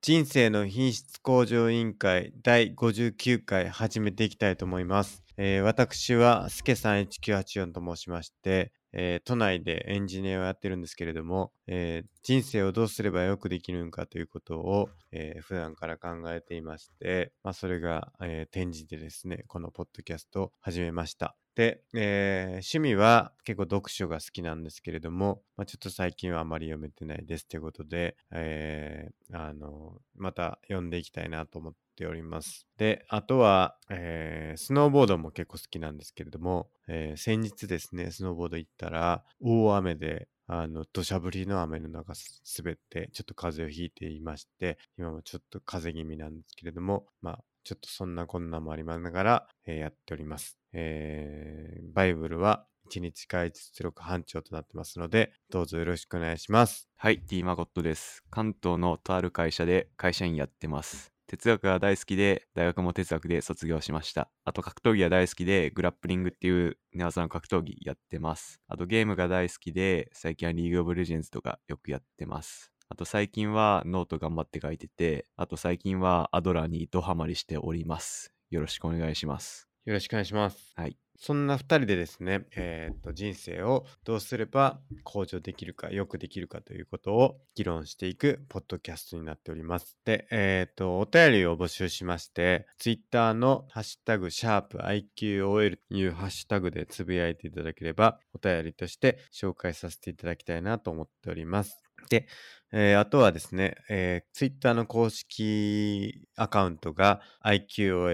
人生の品質向上委員会第59回始めていきたいと思います。えー私は、すけさん1984と申しまして、えー都内でエンジニアをやってるんですけれども、えー人生をどうすればよくできるのかということを、えー普段から考えていまして、まあ、それが、えー転じてですね、このポッドキャストを始めました。で、えー趣味は結構読書が好きなんですけれども、まあ、ちょっと最近はあまり読めてないですということで、えーあの、また読んでいきたいなと思っております。で、あとは、えースノーボードも結構好きなんですけれども、えー先日ですね、スノーボード行ったら、大雨で、あの、土砂降りの雨の中す滑って、ちょっと風邪をひいていまして、今もちょっと風邪気味なんですけれども、まあ、ちょっとそんなこんなもありながら、えーやっております。えーバイブルは1日会出力班長となってますので、どうぞよろしくお願いします。はい、D マゴットです。関東のとある会社で会社員やってます。哲学が大好きで、大学も哲学で卒業しました。あと格闘技が大好きで、グラップリングっていう寝技の格闘技やってます。あとゲームが大好きで、最近はリーグオブレジェンズとかよくやってます。あと最近はノート頑張って書いてて、あと最近はアドラーにドハマりしております。よろしくお願いします。よろしくお願いします。はい。そんな2人でですね、えーと人生をどうすれば向上できるか、よくできるかということを議論していくポッドキャストになっております。で、えーと、お便りを募集しまして、Twitter のハッシュタグ、シャープ i q o l というハッシュタグでつぶやいていただければ、お便りとして紹介させていただきたいなと思っております。で、えーあとはですね、えー、Twitter の公式アカウントが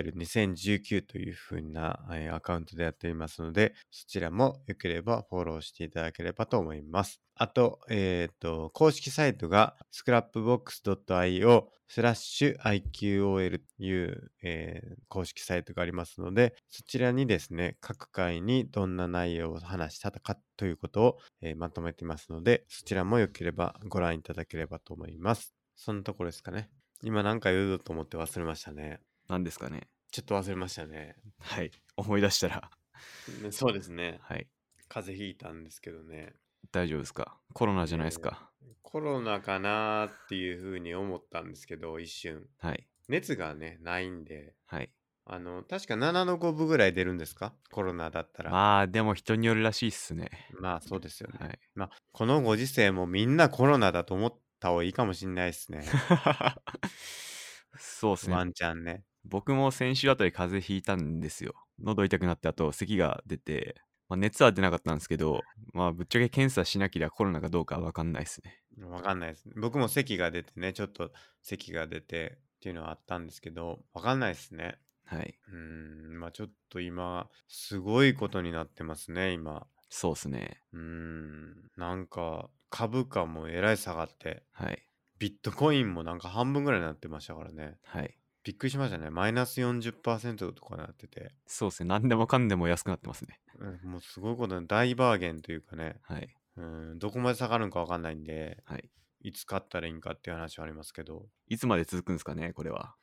IQOL2019 というふうな、えーアカウントでやっていますので、そちらもよければフォローしていただければと思います。あと、えっ、と、公式サイトが scrapbox.io スラッシュ IQOL という、えー公式サイトがありますので、そちらにですね、各回にどんな内容を話したかということを、えーまとめてますので、そちらもよければご覧いただければと思います。そんなところですかね。今なんか言うぞと思って忘れましたね。何ですかねちょっと忘れましたね。はい。思い出したら。 ねそうですね。はい。風邪ひいたんですけどね。大丈夫ですかコロナじゃないですか、コロナかなーっていうふうに思ったんですけど、一瞬。はい。熱がね、ないんで、はい。あの、確か7の5分ぐらい出るんですかコロナだったら。まあ、まあでも人によるらしいっすね。そうですよね。はい。まあ、このご時世もみんなコロナだと思った方がいいかもしんないです ね。 そうっすワね。ンチャンね。僕も先週あたり風邪ひいたんですよ。喉痛くなって、あと咳が出て、まあ、熱は出なかったんですけど、まあぶっちゃけ検査しなければコロナかどうかわかんないっすね。わかんないですね。僕も咳が出てね、ちょっと咳が出てっていうのはあったんですけど、わかんないですね。はい。うーん、まあちょっと今、すごいことになってますね、今。そうっすね。うーん、なんか株価もえらい下がって、はい。ビットコインもなんか半分ぐらいになってましたからね。はい。びっくりしましたね。マイナス40%とかなってて、そうっすね。何でもかんでも安くなってますね。うんもうすごいことに大バーゲンというかね、はい。うん、どこまで下がるんかわかんないんで、はい。いつ買ったらいいんかっていう話はありますけど、いつまで続くんですかね、これは。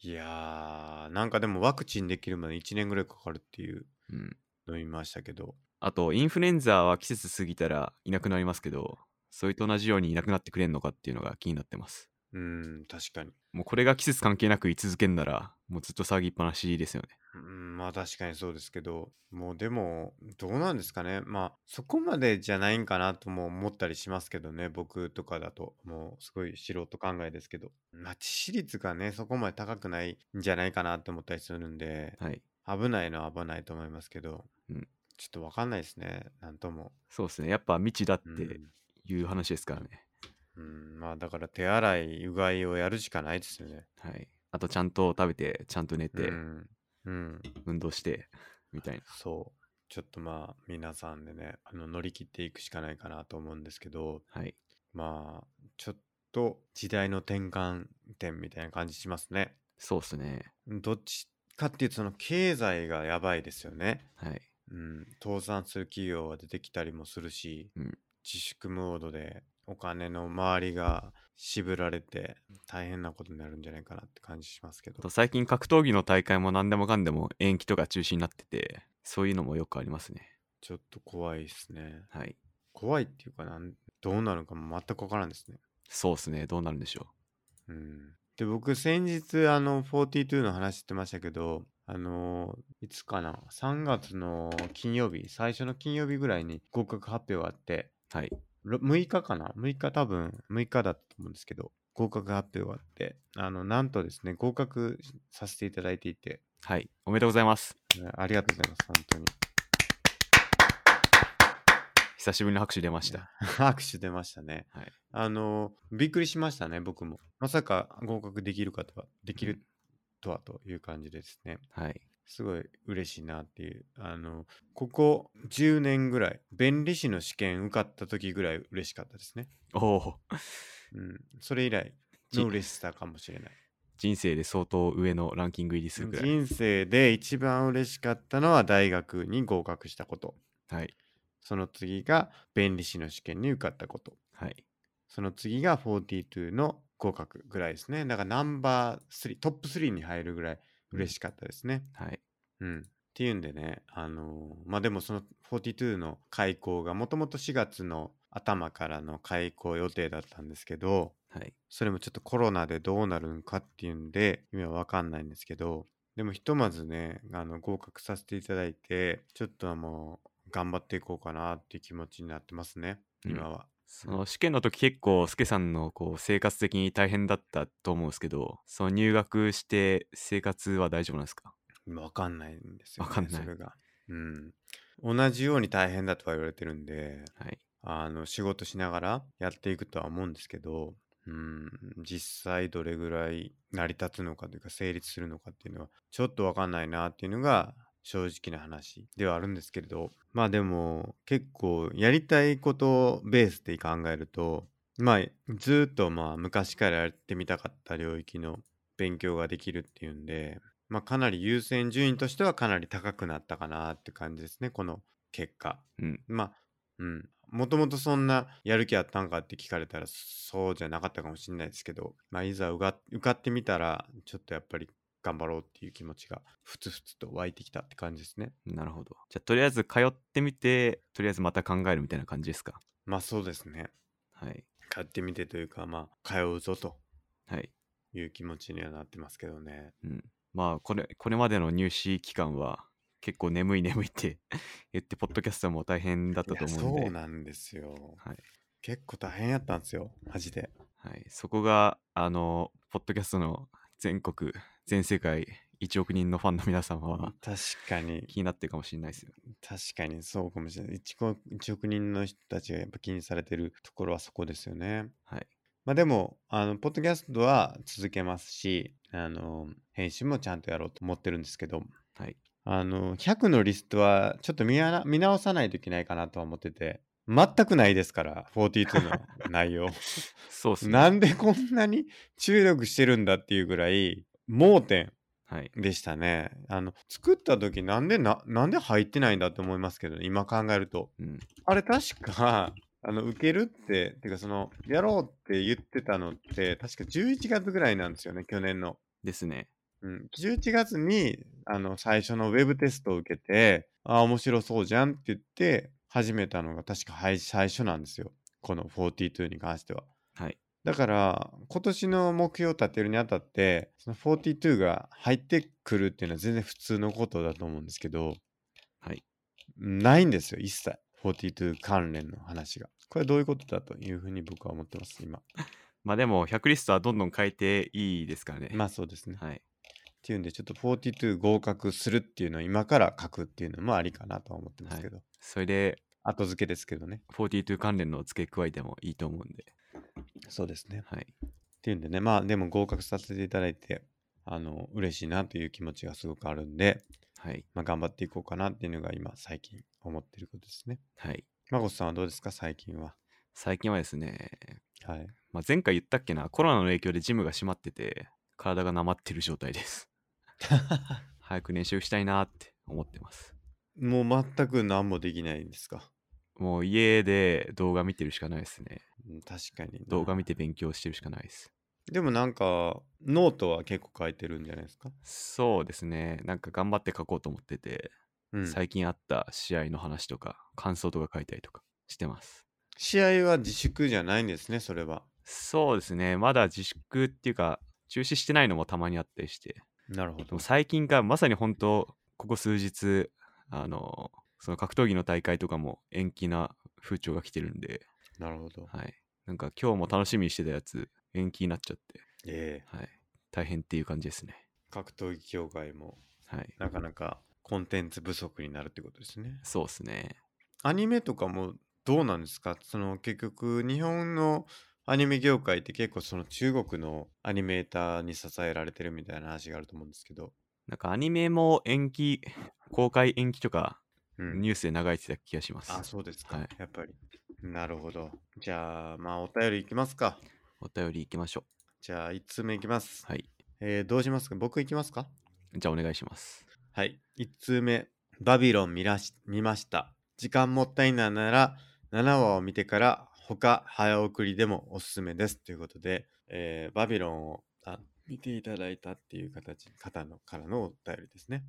いやー、なんかでもワクチンできるまで1年ぐらいかかるっていううん。の見ましたけど、あと、インフルエンザは季節過ぎたらいなくなりますけど、それと同じようにいなくなってくれんのかっていうのが気になってます。うん、確かに。もうこれが季節関係なく居続けんなら、もうずっと騒ぎっぱなしですよね。うん、まあ確かにそうですけど、もうでも、どうなんですかね。まあそこまでじゃないんかなとも思ったりしますけどね、僕とかだと、もうすごい素人考えですけど、まあ致死率がね、そこまで高くないんじゃないかなって思ったりするんで、はい。危ないのは危ないと思いますけど、うんちょっとわかんないですね、なんとも。そうですね。やっぱ未知だっうんていう話ですからね。うん、まあだから手洗い、うがいをやるしかないですよね。はい。あと、ちゃんと食べて、ちゃんと寝て、うん、うん、運動して、みたいな。そう。ちょっとまあ皆さんでね、あの乗り切っていくしかないかなと思うんですけど、はい。まあ、ちょっと時代の転換点みたいな感じしますね。そうですね。どっちかっていうと、その経済がやばいですよね。はい。うん、倒産する企業が出てきたりもするし、うん自粛ムードでお金の周りが渋られて大変なことになるんじゃないかなって感じしますけあどと、。最近格闘技の大会も何でもかんでも延期とか中止になってて、そういうのもよくありますね。ちょっと怖いですね。はい。怖いっていうかなん、どうなるかも全くわからんですね。そうですね。どうなるんでしょううんで僕先日あの42の話してましたけどあのいつかな3月の金曜日最初の金曜日ぐらいに合格発表があってはい。ろ6日かな6日多分6日だったと思うんですけど合格発表があってあのなんとですね合格しさせていただいていてはい。おめでとうございます。ねありがとうございます本当に 久しぶりの拍手出ましいやた。拍手出ましたね、はいあのびっくりしましたね僕もまさか合格できるかとはできうるとはという感じですねはい。すごい嬉しいなっていうあのここ10年ぐらい弁理士の試験受かった時ぐらい嬉しかったですねおお。うんそれ以来じの嬉しさかもしれない人生で相当上のランキング入りするくらい。人生で一番嬉しかったのは大学に合格したことはい。その次が弁理士の試験に受かったことはい。その次が42の合格ぐらいですねだからナンバー3トップ3に入るぐらい嬉しかったですねはい。うん、っていうんでねあのーまあでもその42の開校がもともと4月の頭からの開校予定だったんですけどはい。それもちょっとコロナでどうなるんかっていうんで、今わかんないんですけど、でもひとまずね、あの合格させていただいて、ちょっともう頑張っていこうかなっていう気持ちになってますね、うん今は。その試験の時結構、スケさんのこう生活的に大変だったと思うんですけど、その入学して生活は大丈夫なんですか今わかんないんですよ、ね。わかんないそれが。うん。同じように大変だとは言われてるんで、はい。あの仕事しながらやっていくとは思うんですけど、うん、実際どれぐらい成り立つのかというか成立するのかっていうのはちょっとわかんないなっていうのが正直な話ではあるんですけれどまあでも結構やりたいことをベースで考えるとまあずーっとまあ昔からやってみたかった領域の勉強ができるっていうんで、まあ、かなり優先順位としてはかなり高くなったかなって感じですねこの結果。うん。まあ、うん。もともとそんなやる気あったんかって聞かれたらそうじゃなかったかもしれないですけど、まあ、いざ受か受かってみたら、ちょっとやっぱり頑張ろうっていう気持ちがふつふつと湧いてきたって感じですね。なるほど。じゃあ、とりあえず通ってみて、とりあえずまた考えるみたいな感じですかまあそうですね。はい。買ってみてというか、まあ、通うぞとはい。いう気持ちにはなってますけどね。うん。まあ、これ、これまでの入試期間は、結構眠い眠いって 言って、ポッドキャストも大変だったといや思うんで。そうなんですよ。はい。結構大変やったんですよ、マジで。はい、そこがあのポッドキャストの全国全世界1億人のファンの皆様は確かに。気になってるかもしれないですよ。確かにそうかもしれない。1, 億1億人の人たちがやっぱ気にされてるところはそこですよね。はい。まあでも、あの、ポッドキャストは続けますし、あの、編集もちゃんとやろうと思ってるんですけど、はい。あの、100のリストはちょっと見やな見直さないといけないかなとは思ってて、全くないですから、42の内容。 そうですね。なんでこんなに注力してるんだっていうぐらい、盲点はい。でしたね。あの、作った時なんでな、なんで入ってないんだって思いますけど、今考えると。うん。あれ確か、 あの、受けるって、てかその、やろうって言ってたのって、確か11月ぐらいなんですよね、去年の。ですね。うん。11月に、あの、最初のウェブテストを受けて、ああ、面白そうじゃんって言って、始めたのが確かはい最初なんですよ。この42に関しては。はい。だから、今年の目標を立てるにあたって、その42が入ってくるっていうのは全然普通のことだと思うんですけど、はい。ないんですよ、一切。42関連の話が。これどういうことだというふうに僕は思ってます、今。まあでも100リストはどんどん変えていいですからね。まあそうですね。っはい。ていうんで、ちょっと42合格するっていうのを今から書くっていうのもありかなとは思ってますけど。それで後付けですけどね。 42関連の付け加えてもいいと思うんで。そうですね。はい。っていうんでね、まあでも合格させていただいて、あの、嬉しいなという気持ちがすごくあるんで、はい。まあ頑張っていこうかなっていうのが今、最近思ってることですね。はい。まこさんはどうですか、最近は。最近はですね、はい。まあ、前回言ったっけな、コロナの影響でジムが閉まってて、体がなまってる状 態です。早く練習したいなって思ってます。もう全く何もできないんですか。もう家で動画見てるしかないですね。うん確かにな。動画見て勉強してるしかないです。でもなんかノートは結構書いてるんじゃないですか、そうですね。なんか頑張って書こうと思ってて、うん、最近あった試合の話とか、感想とか書いたりとかしてます。試合は自粛じゃないんですねそれはそうですね。まだ自粛っていうか、中止してないのもたまにあったりして。なるほでども。最近がまさに本当、ここ数日、あの、その格闘技の大会とかも延期な風潮が来てるんで、なるほど。はい。なんか今日も楽しみにしてたやつ、延期になっちゃって、ええはい。大変っていう感じですね。格闘技協会もはい。なかなかコンテンツ不足になるってことですね。そうですね。アニメとかもどうなんですかその結局日本のアニメ業界って結構その中国のアニメーターに支えられてるみたいな話があると思うんですけど、なんかアニメも延期、公開延期とか、うんニュースで流れてた気がします。あそうですか、はいやっぱりなるほどじゃあまあお便りいきますかお便り行きましょじゃあ1通目いきます、う。はい。えーどうしますか僕いきますかじゃあお願いします。はい1通目バビロン見らし見ました時間もったいないなら7話を見てから他早送りでもおすすめですということで、えーバビロンをあ見ていただいたっていう形方のからのお便りですね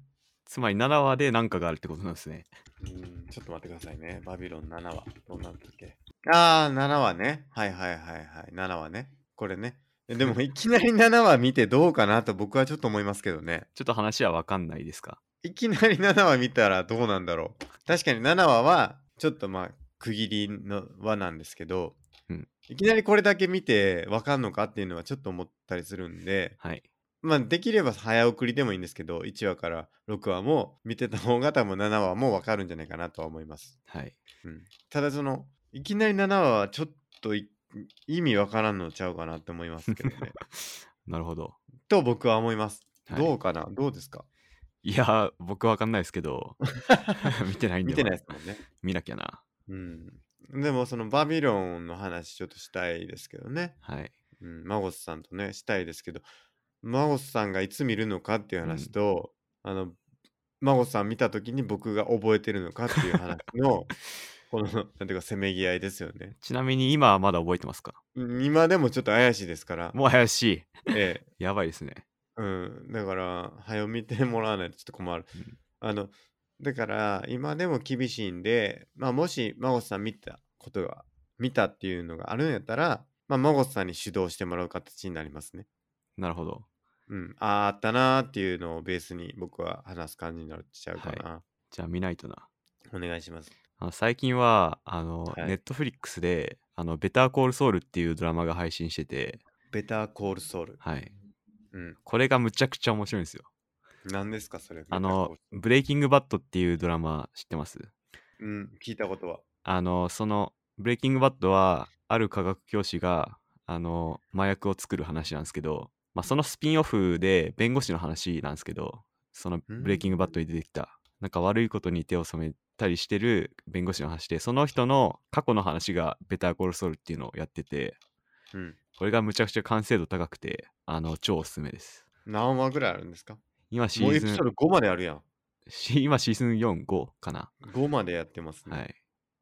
つまり7話で何かがあるってことなんですね。うんちょっと待ってくださいねバビロン7話どうなったっけああ7話ねはいはいはいはい7話ねこれねえでもいきなり7話見てどうかなと僕はちょっと思いますけどねちょっと話は分かんないですか。いきなり7話見たらどうなんだろう。確かに7話は、ちょっとまあ、区切りの話なんですけど、うんいきなりこれだけ見てわかんのかっていうのはちょっと思ったりするんで、はい。まあ、できれば早送りでもいいんですけど、1話から6話も見てた方が多分7話もわかるんじゃないかなとは思います。はい。ただその、いきなり7話はちょっとい意味わからんのちゃうかなって思いますけど ね。なるほど。と僕は思います。はいどうかなどうですかいや、僕分かんないですけど、 見てないんで、見てないですもんね。見なきゃな。うん、でもそのバビロンの話ちょっとしたいですけどね、はい。うん、マゴスさんとねしたいですけどマゴスさんがいつ見るのかっていう話と、あのマゴスさん見た時に僕が覚えてるのかっていう話 のこのなんていうかせめぎ合いですよねちなみに今はまだ覚えてますかうん今でもちょっと怪しいですからもう怪しい。ええやばいですね。うん、だから早見てもらわないとちょっと困るうん。あのだから今でも厳しいんで、まあ、もし真帆さん見たことが見たっていうのがあるんやったら、まあ、真帆さんに主導してもらう形になりますね。なるほど。うん、あああったなーっていうのをベースに僕は話す感じになっちゃうかな。じゃあ見ないとな。お願いします。あの最近は、あの、はいネットフリックスで、あの、ベターコールソウルっていうドラマが配信してて、ベターコールソウル。はい。うん。これがむちゃくちゃ面白いんですよ。何ですかそれ。あの、ブレイキングバットっていうドラマ知ってますうん、聞いたことは。あの、その、ブレイキングバットは、ある科学教師が、あの、麻薬を作る話なんですけど、まあ、そのスピンオフで弁護士の話なんですけど、そのうんブレイキングバットに出てきた、なんか悪いことに手を染めたりしてる弁護士の話で、その人の過去の話がベターコールソウルっていうのをやってて、うん。これがむちゃくちゃ完成度高くて、あの、超おすすめです。何話ぐらいあるんですか今シもうーエズピソンー、ド5まであるやん。し今シーズン4、5かな。 5までやってますね。はい。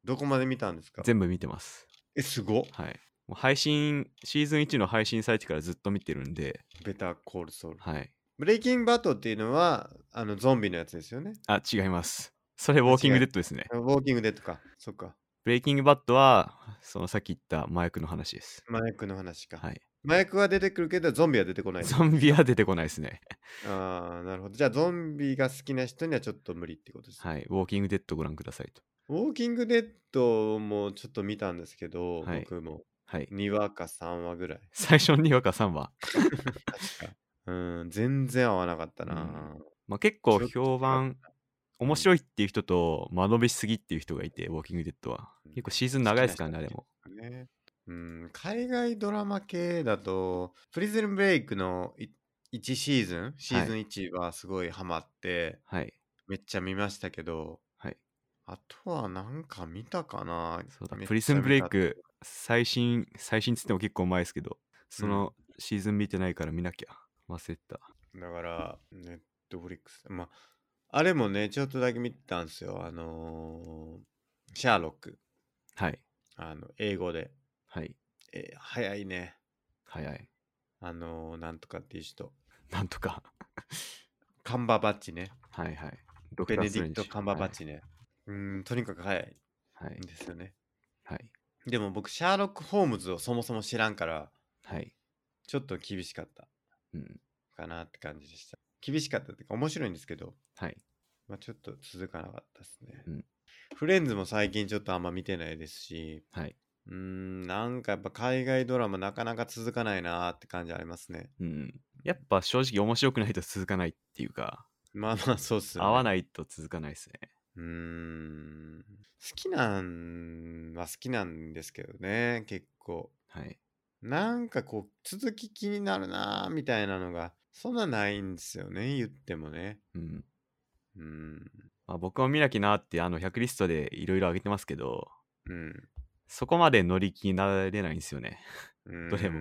どこまで見たんですか全部見てます。え、すごっはい。もう配信、シーズン1の配信サイトからずっと見てるんで、ベターコールソウル。はい。ブレイキングバットっていうのは、あの、ゾンビのやつですよね。あ、違います。それ、ウォーキングデッドですね。ウォーキングデッドか。そっか。ブレイキングバットは、そのさっき言った麻薬の話です。麻薬の話か。はい。麻薬は出てくるけど、ゾンビは出てこない。ゾンビは出てこないですね。ああ、なるほど。じゃあ、ゾンビが好きな人にはちょっと無理ってことですね。はい。ウォーキングデッドご覧くださいと。ウォーキングデッドもちょっと見たんですけど、はい僕もはい。 2話か3話ぐらい。最初にわか3話。うん、全然合わなかったな。まあ、結構評判、面白いっていう人と、間延びしすぎっていう人がいて、ウォーキングデッドは。結構シーズン長いですからね、あれも。ねうん、海外ドラマ系だと、プリズンブレイクの1シーズン、シーズン1はすごいハマって、はい。めっちゃ見ましたけど、はい。あとはなんか見たかなそうだめっちゃプリズンブレイ見ク最新最新っつっても結構前ですけどそのシーズン見てないから見なきゃ忘れてたただから、ネットフリックス。まあ、あれもね、ちょっとだけ見てたんですよ。あのーシャーロック。はいあの、英語で。はいえー早いね。はいはい あのーなんとかっていう人。なんとかカンバーバッチね。はいはいドクベターネスディトレンクジト・カンバーバッチね。うーん、とにかく早いはいんですよね。はいでも僕、シャーロック・ホームズをそもそも知らんから、はい。ちょっと厳しかったうん。かなって感じでした。厳しかったっていうか、面白いんですけど、はい。まあ、ちょっと続かなかったですね、うんフレンズも最近ちょっとあんま見てないですし、はい。うーん、なんかやっぱ海外ドラマなかなか続かないなーって感じありますね。うん。やっぱ正直面白くないと続かないっていうか、まあまあ、そうっすよね。合わい。ないと続かないですね。うーん。好きなんは好きなんですけどね、結構。はい。なんかこう、続き気になるなーみたいなのが、そんなないんですよね、言ってもね。うん。うーん。まあ、僕も見なきゃなって、あの、100リストでいろいろ上げてますけど、うん。そこまで乗り気になれないんですよね。うんどれも。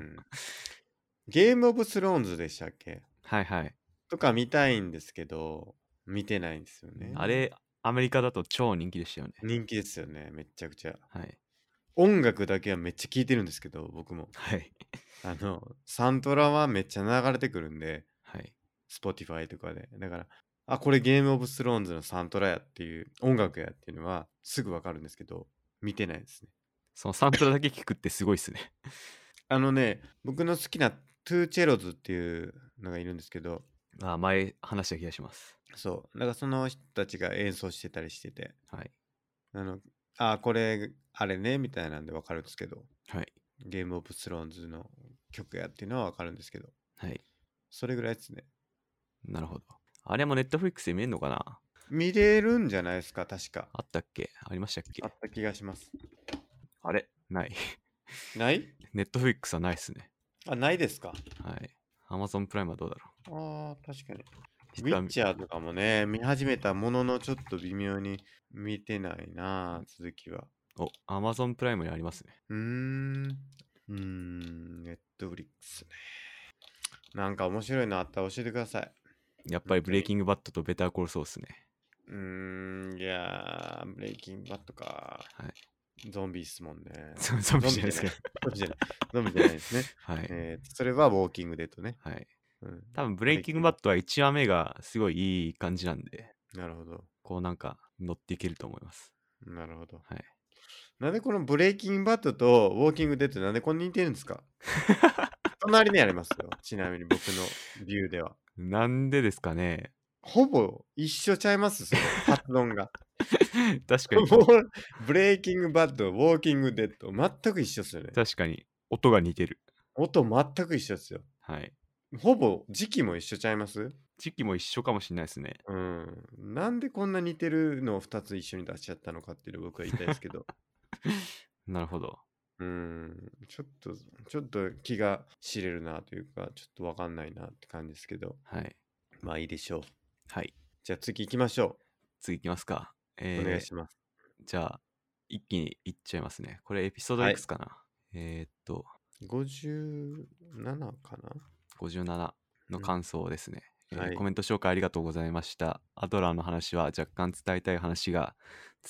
ゲームオブスローンズでしたっけはいはい。とか見たいんですけど、見てないんですよね。あれ、アメリカだと超人気でしたよね。人気ですよね、めっちゃくちゃ。はい。音楽だけはめっちゃ聴いてるんですけど、僕も。はい。あの、サントラはめっちゃ流れてくるんで、はい。 Spotify とかで。だから、あ、これゲームオブスローンズのサントラやっていう、音楽やっていうのはすぐわかるんですけど、見てないですね。そのサンプルだけ聞くってすごいっすね。 あのね、僕の好きなトゥーチェロズっていうのがいるんですけど、あ前話した気がします。そう。だからその人たちが演奏してたりしてて、はい。あの、あ、これ、あれね、みたいなんでわかるんですけど、はい。ゲームオブスローンズの曲やっていうのはわかるんですけど、はい。それぐらいですね。なるほど。あれもネットフリックスで見えるのかな見れるんじゃないですか、確か。あったっけありましたっけあった気がします。あれない。 ないネットフリックスはないっすね。あ、ないですか。はい。アマゾンプライムはどうだろああ、確かに。うウィッチャーャーとかもね、見始めたものの、ちょっと微妙に見てないなあ、続きは。お、アマゾンプライムにありますね。うーん。うーん、ネットフリックスね。なんか面白いのあったら教えてください。やっぱりブレイキングバットとベターコールソースね。うーん、いやー、ブレイキングバットか。はい。ゾンビっすもんね。ゾ ンゾンビじゃないですけど。ゾンビじゃない。ゾンビじゃないですね。 はい。えーそれはウォーキングデッドね。はい。うん。多分ブレイキングバットは1話目がすごいいい感じなんで、なるほど。こうなんか乗っていけると思います。なるほど。はい。なんでこのブレイキングバットとウォーキングデッドなんでこんなに似てるんです か隣にありますよ。ちなみに僕のビューでは。なんでです かねほぼ一緒ちゃいますその発音 が。確かもに、うブレイキングバット、ウォーキングデッド、全く一緒ですよね。確かに、音が似てる。音全く一緒ですよ。はい。ほぼ時期も一緒ちゃいます時期も一緒かもしれないですね。うん。なんでこんな似てるのを2つ一緒に出しちゃったのかっていうのを僕は言いたいですけど。なるほど。うん。ちょっと、ちょっと気が知れるなというか、ちょっとわかんないなって感じですけど。はい。まあいいでしょう。はい。じゃあ次行きましょ次行きますか。う。えお願ーいします。じゃあ、一気に行っちゃいますね。これエピソードはいいくつかな、えーっと、 57かな57の感想ですね、うんえーはいコメント紹介ありがとうございました。アドラーの話は若干伝えたい話が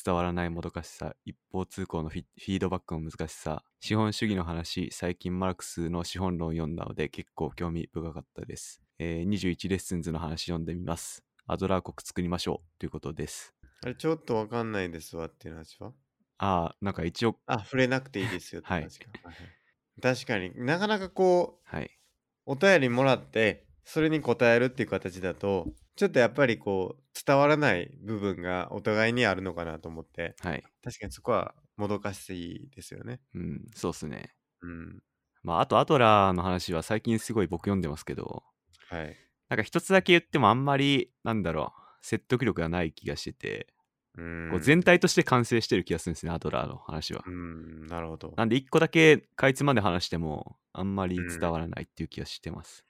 伝わらないもどかしさ、一方通行のフィフィードバックの難しさ、資本主義の話、最近マルクスの資本論を読んだので結構興味深かったです。えー21レッスンズの話読んでみます。アドラー国作りましょうということです。あれ、ちょっとわかんないですわっていう話はああ、なんか一応、あ、触れなくていいですよってはい話か。はいはい確かになかなかこう、はい、お便りもらって、それに答えるっていう形だと、ちょっとやっぱりこう、伝わらない部分がお互いにあるのかなと思って、はい。確かにそこはもどかしいですよね。うん、そうっすね。うん。まあ、あとアドラーの話は最近すごい僕読んでますけど、はい。なんか一つだけ言ってもあんまり、なんだろう、説得力がない気がしてて、うんこう全体として完成してる気がするんですね、アドラーの話はう。ん、なるほど。なんで一個だけかいつまで話しても、あんまりうん伝わらないっていう気がしてます。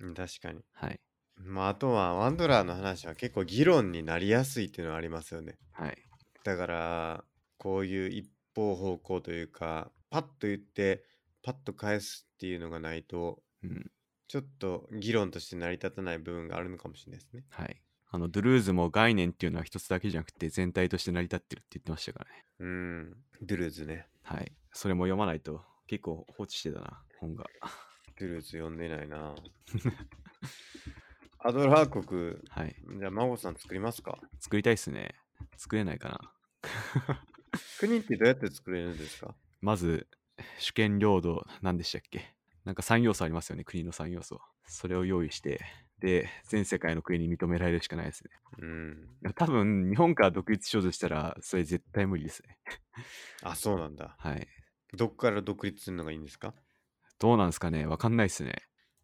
うん確かに。はい。まあ、あとは、ワンドラーの話は結構議論になりやすいっていうのはありますよね。はい。だからこういう一方方向というかパッと言ってパッと返すっていうのがないとうん。ちょっと議論として成り立たない部分があるのかもしれないですね。はい。あの、ドゥルーズも概念っていうのは一つだけじゃなくて、全体として成り立ってるって言ってましたからね。うん。ドゥルーズね。はい。それも読まないと、結構放置してたな、本が。ドゥルーズ読んでないな。 アドラー国、はい。じゃあ孫さん作りますか作りたいっすね。作れないかな。国ってどうやって作れるんですかまず、主権領土、何でしたっけなんか3要素ありますよね、国の3要素。それを用意して、で、全世界の国に認められるしかないですね。うん。いや多分、日本から独立しようとしたら、それ絶対無理ですね。あ、そうなんだ。はい。どっから独立するのがいいんですかどうなんですかねわかんないですね。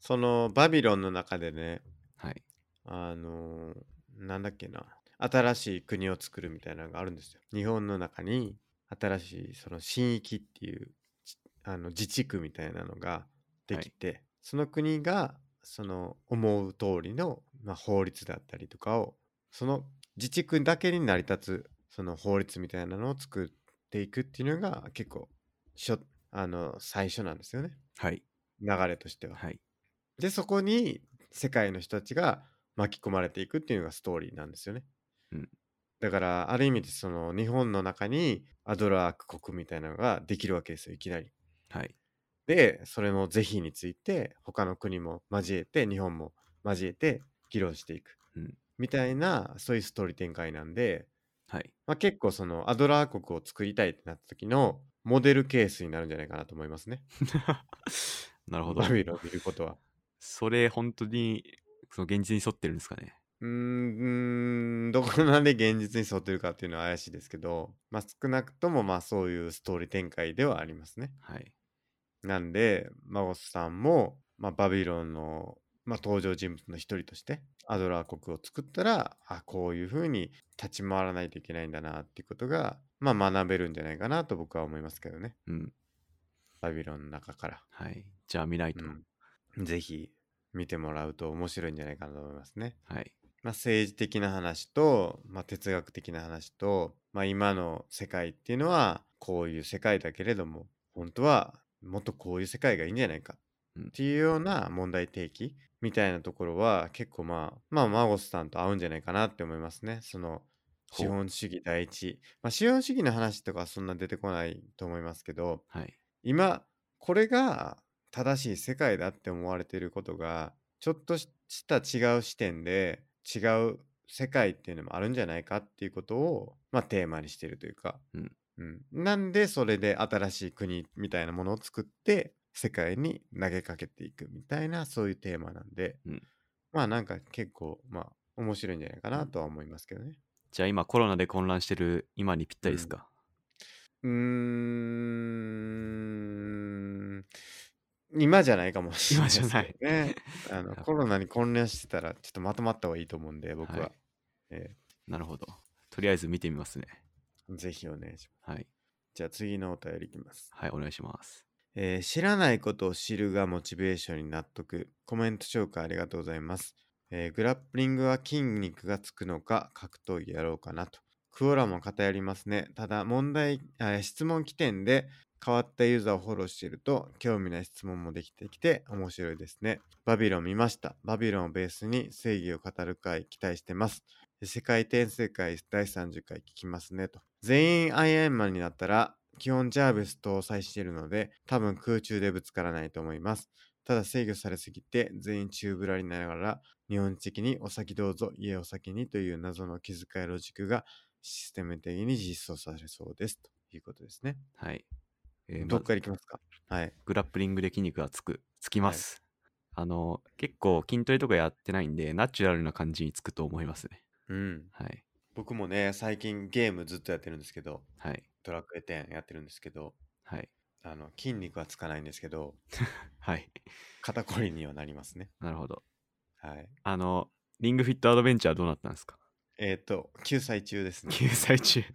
そのバビロンの中でね、はい。あのーなんだっけな、新しい国を作るみたいなのがあるんですよ。日本の中に新しいその新域っていうちあの自治区みたいなのができて、その国がその思う通りの、まあ、法律だったりとかをその自治区だけに成り立つその法律みたいなのを作っていくっていうのが結構しょあの最初なんですよねはい。流れとしては。はい。でそこに世界の人たちが巻き込まれていくっていうのがストーリーなんですよね。うんだからある意味でその日本の中にアドラーク国みたいなのができるわけですよいきなり。はい。でそれの是非について他の国も交えて日本も交えて議論していく、うんみたいなそういうストーリー展開なんで、はい。まあ、結構そのアドラー国を作りたいってなった時のモデルケースになるんじゃないかなと思います ね。なるほどバ。ビロンを見ることは。それ、本当に、その現実に沿ってるんですかね。うーんうーんどこまで現実に沿ってるかっていうのは怪しいですけど、まあ、少なくともまあそういうストーリー展開ではありますね。はい。なんで孫さんも、まあ、バビロンの、まあ、登場人物の一人としてアドラー国を作ったらあこういうふうに立ち回らないといけないんだなっていうことが、まあ、学べるんじゃないかなと僕は思いますけどねうん。バビロンの中から。はい。じゃあ見ないと。うん、ぜひ見てもらうと面白いんじゃないかなと思いますね。はい。まあ、政治的な話と、まあ、哲学的な話と、まあ、今の世界っていうのはこういう世界だけれども本当はもっとこういう世界がいいんじゃないかうっんていうような問題提起みたいなところは結構まあまあマゴスさんと合うんじゃないかなって思いますねそのほう資本主義第一、まあ、資本主義の話とかはそんな出てこないと思いますけどはい。今これが正しい世界だって思われていることがちょっとした違う視点で違う世界っていうのもあるんじゃないかっていうことを、まあ、テーマにしてるというか、うんうんなんでそれで新しい国みたいなものを作って世界に投げかけていくみたいなそういうテーマなんで、うんまあなんか結構まあ面白いんじゃないかなとは思いますけどね。じゃあ今コロナで混乱してる今にぴったりですか、うーん今じゃないかもしれないですけど ね。あのやっぱコロナに混乱してたら、ちょっとまとまった方がいいと思うんで、僕は。はいえなるほど。とりあえず見てみますね。ーぜひお願いします。はい。じゃあ次のお便りいきます、はい、お願いします。えー知らないことを知るがモチベーションに納得。コメント紹介ありがとうございます。えーグラップリングは筋肉がつくのか、格闘技やろうかなと。クオラも偏りますね。ただ問題、あー質問起点で変わったユーザーをフォローしていると興味ない質問もできてきて面白いですね。バビロン見ました。バビロンをベースに正義を語る会期待してます。世界転生会第30回聞きますねと。全員アイアンマンになったら基本ジャーベス搭載しているので多分空中でぶつからないと思います。ただ制御されすぎて全員宙ぶらりになりながら日本的にお先どうぞ家を先にという謎の気遣いロジックがシステム的に実装されそうですということですね。はい。えーどまっから行きますかはい。グラップリングで筋肉がつく。つきます。あの、結構筋トレとかやってないんで、ナチュラルな感じにつくと思いますね。うん。はい。僕もね、最近ゲームずっとやってるんですけど、はい。ドラクエ10やってるんですけど、はい。あの、筋肉はつかないんですけど、はい。肩こりにはなりますね。なるほど。はい。あの、リングフィットアドベンチャーどうなったんですかえっ、と、救済中ですね。救 済中。ちょ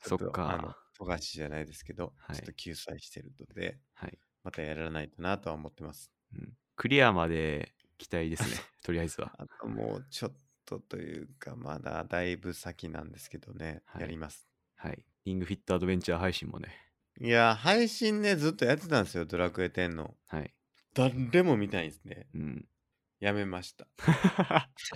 そっとあのか。。富樫じゃないですけど、はいちょっと救済してるので、はい、またやらないとなとは思ってます。うん。クリアまで期待です ね。とりあえずは。あともうちょっとというか、まだだいぶ先なんですけどね、はいやります。はい。リングフィットアドベンチャー配信もね。いやー、配信ね、ずっとやってたんですよ、ドラクエ10の。はい。誰も見たいんですね。うん。やめました。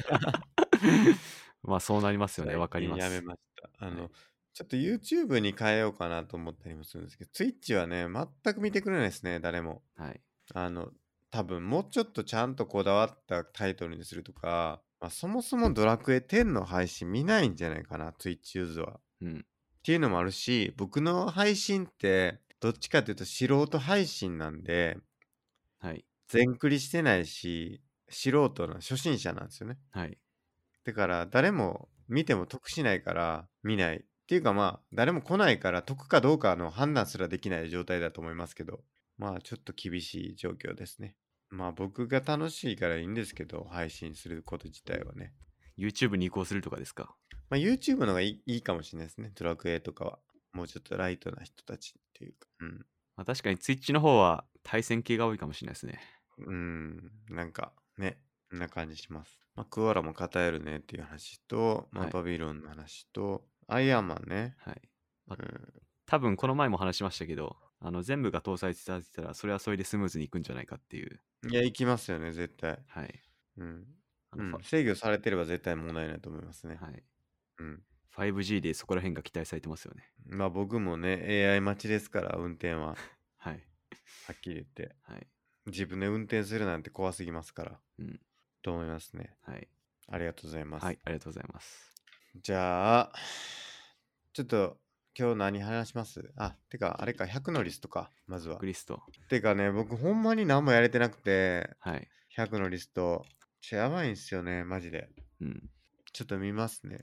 まあそうなりますよね。最わかり近ます。やめました。あの、はいちょっと YouTube に変えようかなと思ったりもするんですけど、Twitch はね、全く見てくれないですね、誰も。はい。あの、多分もうちょっとちゃんとこだわったタイトルにするとか、まあ、そもそもドラクエ10の配信見ないんじゃないかな、Twitch ユーズは。っうん。ていうのもあるし、僕の配信ってどっちかというと素人配信なんで、はい。全クリしてないし、素人の初心者なんですよね。はい。だから誰も見ても得しないから見ない。っていうかまあ誰も来ないから得かどうかの判断すらできない状態だと思いますけどまあちょっと厳しい状況ですね。まあ僕が楽しいからいいんですけど配信すること自体はね。 YouTube に移行するとかですかまあ YouTube の方がいいいいかもしれないですね。ドラクエとかは。もうちょっとライトな人たちっていうか。うん。まあ、確かに Twitch の方は対戦系が多いかもしれないですね。うん、なんかね、そんな感じします。まあ、クオラも偏るねっていう話と、まあ、はいバビロンの話と、アイアンマンね。はい。うあん、多分この前も話しましたけど、あの全部が搭載されてたら、それはそれでスムーズにいくんじゃないかっていう。いや、行きますよね、絶対。はい。うん。あうのんファ制御されてれば絶対問題ないと思いますね。はい、うん。 5G でそこら辺が期待されてますよね。まあ僕もね、AI 待ちですから、運転は。ははい。っきり言って。はい。自分で運転するなんて怖すぎますから。うん。と思いますね。はい。ありがとうございます。はい。ありがとうございます。じゃあ、ちょっと今日何話しますあ、てか、あれか、100のリストか、まずはク。リスト。てかね、僕ほんまに何もやれてなくて、はい。 100のリスト、ちょやばいんすよね、マジで。うん。ちょっと見ますね。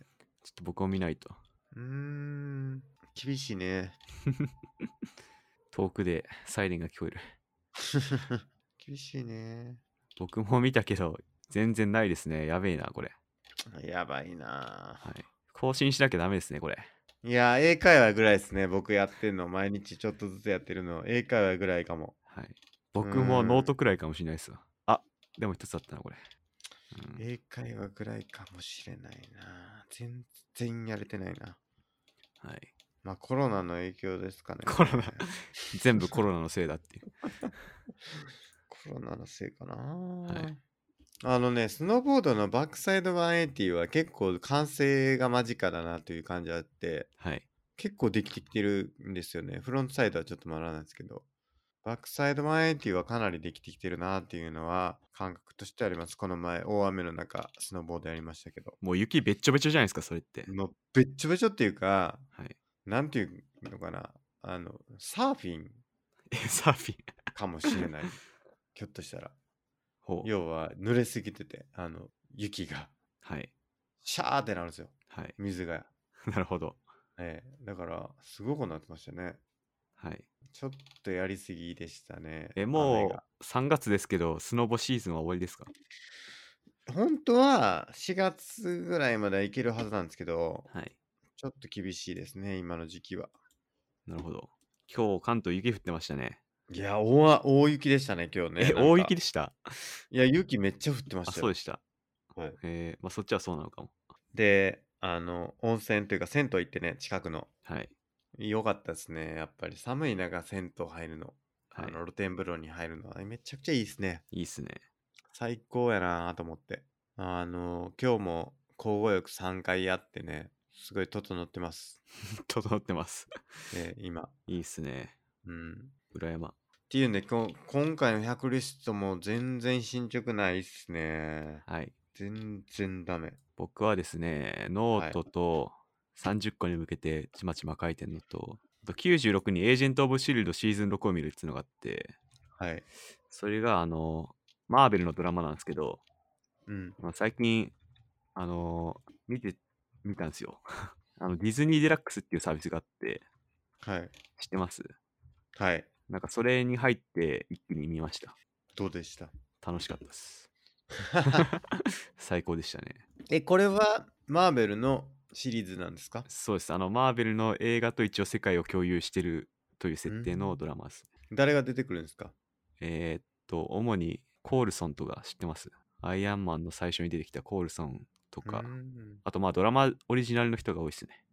ちょっと僕を見ないと。うーん、厳しいね。遠くでサイレンが聞こえる。厳しいね。僕も見たけど、全然ないですね。やべえな、これ。やばいなはい。更新しなきゃダメですね、これ。ぁ。いや、英会話ぐらいですね、僕やってんの。毎日ちょっとずつやってるの。英会話ぐらいかも。はい。僕もノートくらいかもしれないですわ。あ、でも一つあったな、これ。うん英会話ぐらいかもしれないなぁ。全然やれてないな。はい。まあコロナの影響ですかね。コロナこれ全部コロナのせいだっていう。コロナのせいかな、いあのね、スノーボードのバックサイド180は結構完成が間近だなという感じあって、はい。結構できてきてるんですよね。フロントサイドはちょっとまだなんですけど、バックサイド180はかなりできてきてるなっていうのは感覚としてあります。この前、大雨の中、スノーボードやりましたけど。もう雪べっちょべちょじゃないですか、それって。もう、べっちょべちょっていうか、はい。なんていうのかな、あの、サーフィンえサーフィン。かもし れない。ひょっとしたら。ほう。要は濡れすぎててあの雪がはい。シャーってなるんですよはい。 水が、なるほど。ええだからすごくなってましたねはい。ちょっとやりすぎでしたねえ、雨もがう3月ですけど、スノボシーズンは終わりですか本当は4月ぐらいまで行けるはずなんですけどはい。ちょっと厳しいですね今の時期はなるほど。今日、関東雪降ってましたね。いや大大雪でしたね今日ねえ、なんか大雪でした。いや雪めっちゃ降ってまあ、したそうよでした。はいえー、まあそっちはそうなのかも。であの温泉というか銭湯行ってね近くのはい。良かったですねやっぱり寒い中銭湯入るのあはいの露天風呂に入るのはめちゃくちゃいいですね。いいっすね。 最高やなと思って。あの、今日も交互浴3回やってね、すごい整ってます。整ってます。 えー今。いいっすね。うん。っ裏山。ていうんで、こ今回の100リストも全然進捗ないっすね。はい。全然ダメ。僕はですね、ノートと30個に向けてちまちま書いてんのと、あと96にエージェント・オブ・シールドシーズン6を見るっていうのがあって、はい。それがあの、マーベルのドラマなんですけど、うん。まあ最近、あの、見て、見たんですよ。 あの、ディズニー・デラックスっていうサービスがあって、はい。知ってますはい。なんかそれに入って一気に見ました。どうでした楽しかっ たです。 最高でしたね。え、これはマーベルのシリーズなんですかそうです。あの、マーベルの映画と一応世界を共有してるという設定うのんドラマです。誰が出てくるんですかえーっと、主にコールソンとか知ってますアイアンマンの最初に出てきたコールソンとか、うんあとまあドラマオリジナルの人が多いですね。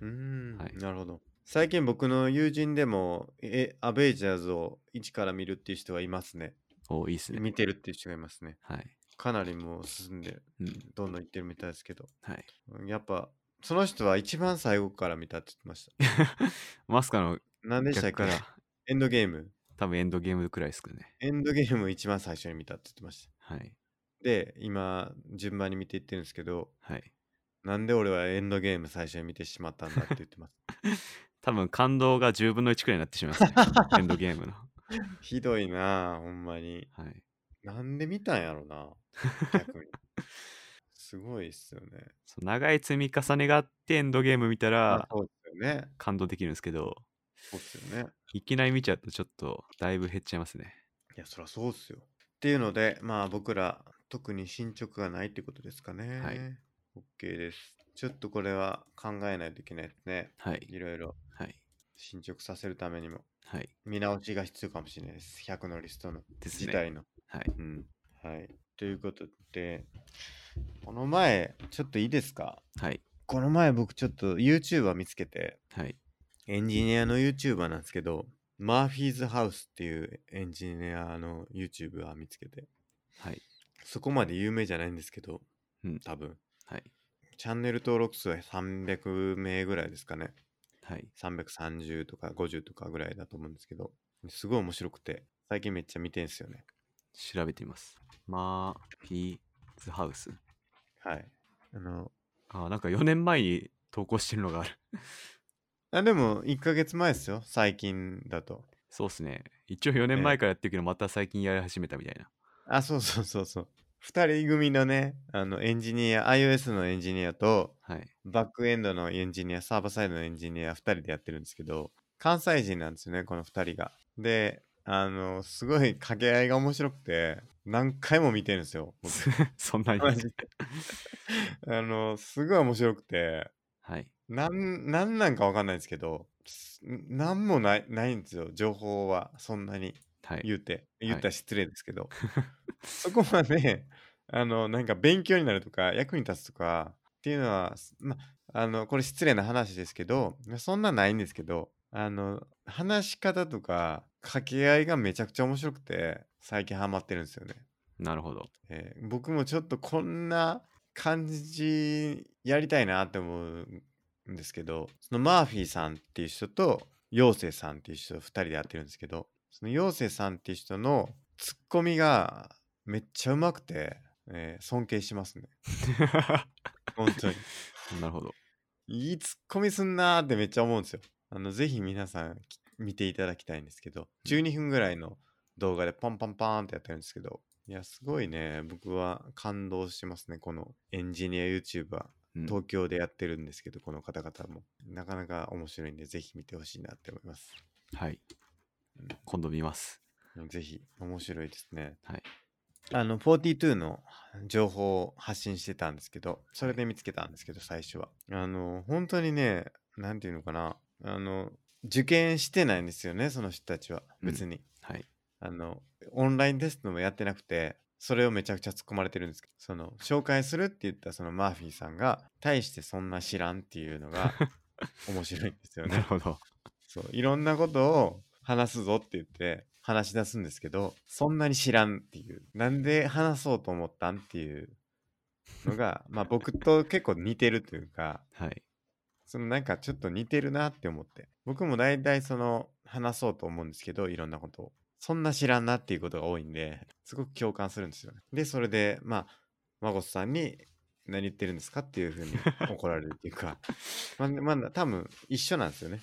うーん、はいなるほど。最近僕の友人でも、え、アベイジャーズを一から見るっていう人がいますね。おいいですね。見てるっていう人がいますね。はい。かなりもう進んでる、うん。どんどん行ってるみたいですけど。はい。やっぱ、その人は一番最後から見たって言ってました。マスカの何でしたっ逆け から、エンドゲーム。多分エンドゲームくらいですかね。エンドゲームを一番最初に見たって言ってました。はい。で、今、順番に見ていってるんですけど、はい。 なんで俺はエンドゲーム最初に見てしまったんだって言ってます。多分感動が10分の1くらいになってしまいますね。エンドゲームの。ひどいなあほんまに。はい。なんで見たんやろな逆に。すごいっ すよね。そう長い積み重ねがあってエンドゲーム見たらそうですよね。感動できるんですけど、そうっすよね。いきなり見ちゃうとちょっとだいぶ減っちゃいますね。いや、そりゃそうっすよ。っていうので、まあ僕ら、特に進捗がないってことですかね。はい。 OK です。ちょっとこれは考えないといけないですね。はい。いろいろはい。進捗させるためにも。はい。見直しが必要かもしれないです。100のリストのです自ね。体の。はい。うん。はい。ということで、この前、ちょっといいですかはい。この前僕ちょっと YouTuber 見つけて、はい。エンジニアの YouTuber なんですけど、マーフィーズハウスっていうエンジニアの YouTuber 見つけて、はい。そこまで有名じゃないんですけど、うん多分。はい。チャンネル登録数は300名ぐらいですかね。はい。 330とか50とかぐらいだと思うんですけど、すごい面白くて、最近めっちゃ見てんすよね。調べてみます。マーフィーズハウス。はい。あの、あー、なんか4年前に投稿してるのがある。 あでも、1ヶ月前ですよ、最近だと。そうっすね。一応4年前からやってるけど、また最近やり始めたみたいな。あ、そうそうそうそう。2人組のね、あの、エンジニア、iOS のエンジニアと、はい。バックエンドのエンジニア、サーバーサイドのエンジニア2人でやってるんですけど、関西人なんですよね、この2人が。で、あの、すごい掛け合いが面白くて、何回も見てるんですよ、 僕そんなに。マジであの、すごい面白くて、はい。なん、なんなんかわかんないですけど、すなんもない、ないんですよ、情報は、そんなにはい。言うて、言ったら失礼ですけ ど、そこまで、あの、なんか勉強になるとか、役に立つとか、っていうのは、すま、あの、これ失礼な話ですけど、そんなないんですけど、あの、話し方とか、掛け合いがめちゃくちゃ面白くて、最近ハマってるんですよね。なる ほど。えー僕もちょっとこんな感じやりたいなって思うんですけどそのマーフィーさんっていう人と陽生さんっていう人2人でやってるんですけどその陽生さんっていう人のツッコミがめっちゃうまくて、えー尊敬しますね本当になるほど。いいツッコミすんなーってめっちゃ思うんですよあのぜひ皆さんき見ていただきたいんですけど12分ぐらいの動画でパンパンパーンってやってるんですけどいやすごいね僕は感動してますねこのエンジニア YouTuber うん東京でやってるんですけど、この方々もなかなか面白いんでぜひ見てほしいなって思いますはいうん。今度見ます。ぜひ面白いですねはいあの42の情報を発信してたんですけどそれで見つけたんですけど最初はあの本当にね何ていうのかなあの受験してないんですよねその人たちはうん別に、はい。あのオンラインテストもやってなくてそれをめちゃくちゃ突っ込まれてるんですけどその紹介するって言ったそのマーフィーさんが大してそんな知らんっていうの が面白いんですよなるねほど。そういろんなことを話すぞって言って話し出すんですけどそんなに知らんっていうなんで話そうと思ったんっていうのがまあ僕と結構似てるというかはい。そのなんかちょっと似てるなって思って僕も大体その話そうと思うんですけどいろんなことをそんな知らんなっていうことが多いんですごく共感するんですよねでそれでまあマゴスさんに何言ってるんですかっていうふうに怒られるっていうかまあ、まだ多分一緒なんですよね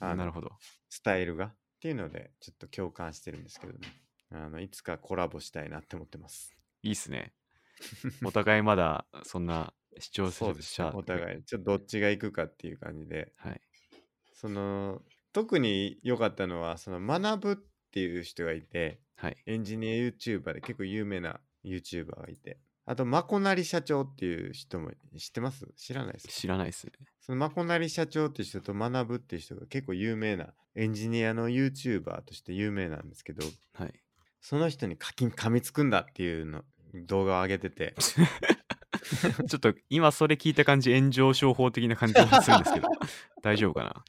あのなるほど。スタイルがっていうのでちょっと共感してるんですけどねあのいつかコラボしたいなって思ってますいいっす ね。お互いまだそんな視 聴者ねお互いちょっとどっちが行くかっていう感じではい。その特に良かったのはその学ぶっていう人がいてはい。エンジニア YouTuber で結構有名な YouTuber がいてあとまこなり社長っていう人も知ってます知らないです知らないっすね。そのまこなり社長って人と学ぶっていう人が結構有名なエンジニアの YouTuber として有名なんですけどはい。その人に課金噛みつくんだっていうの動画を上げててちょっと今それ聞いた感じ、炎上商法的な感じがするんです けど、大丈夫かな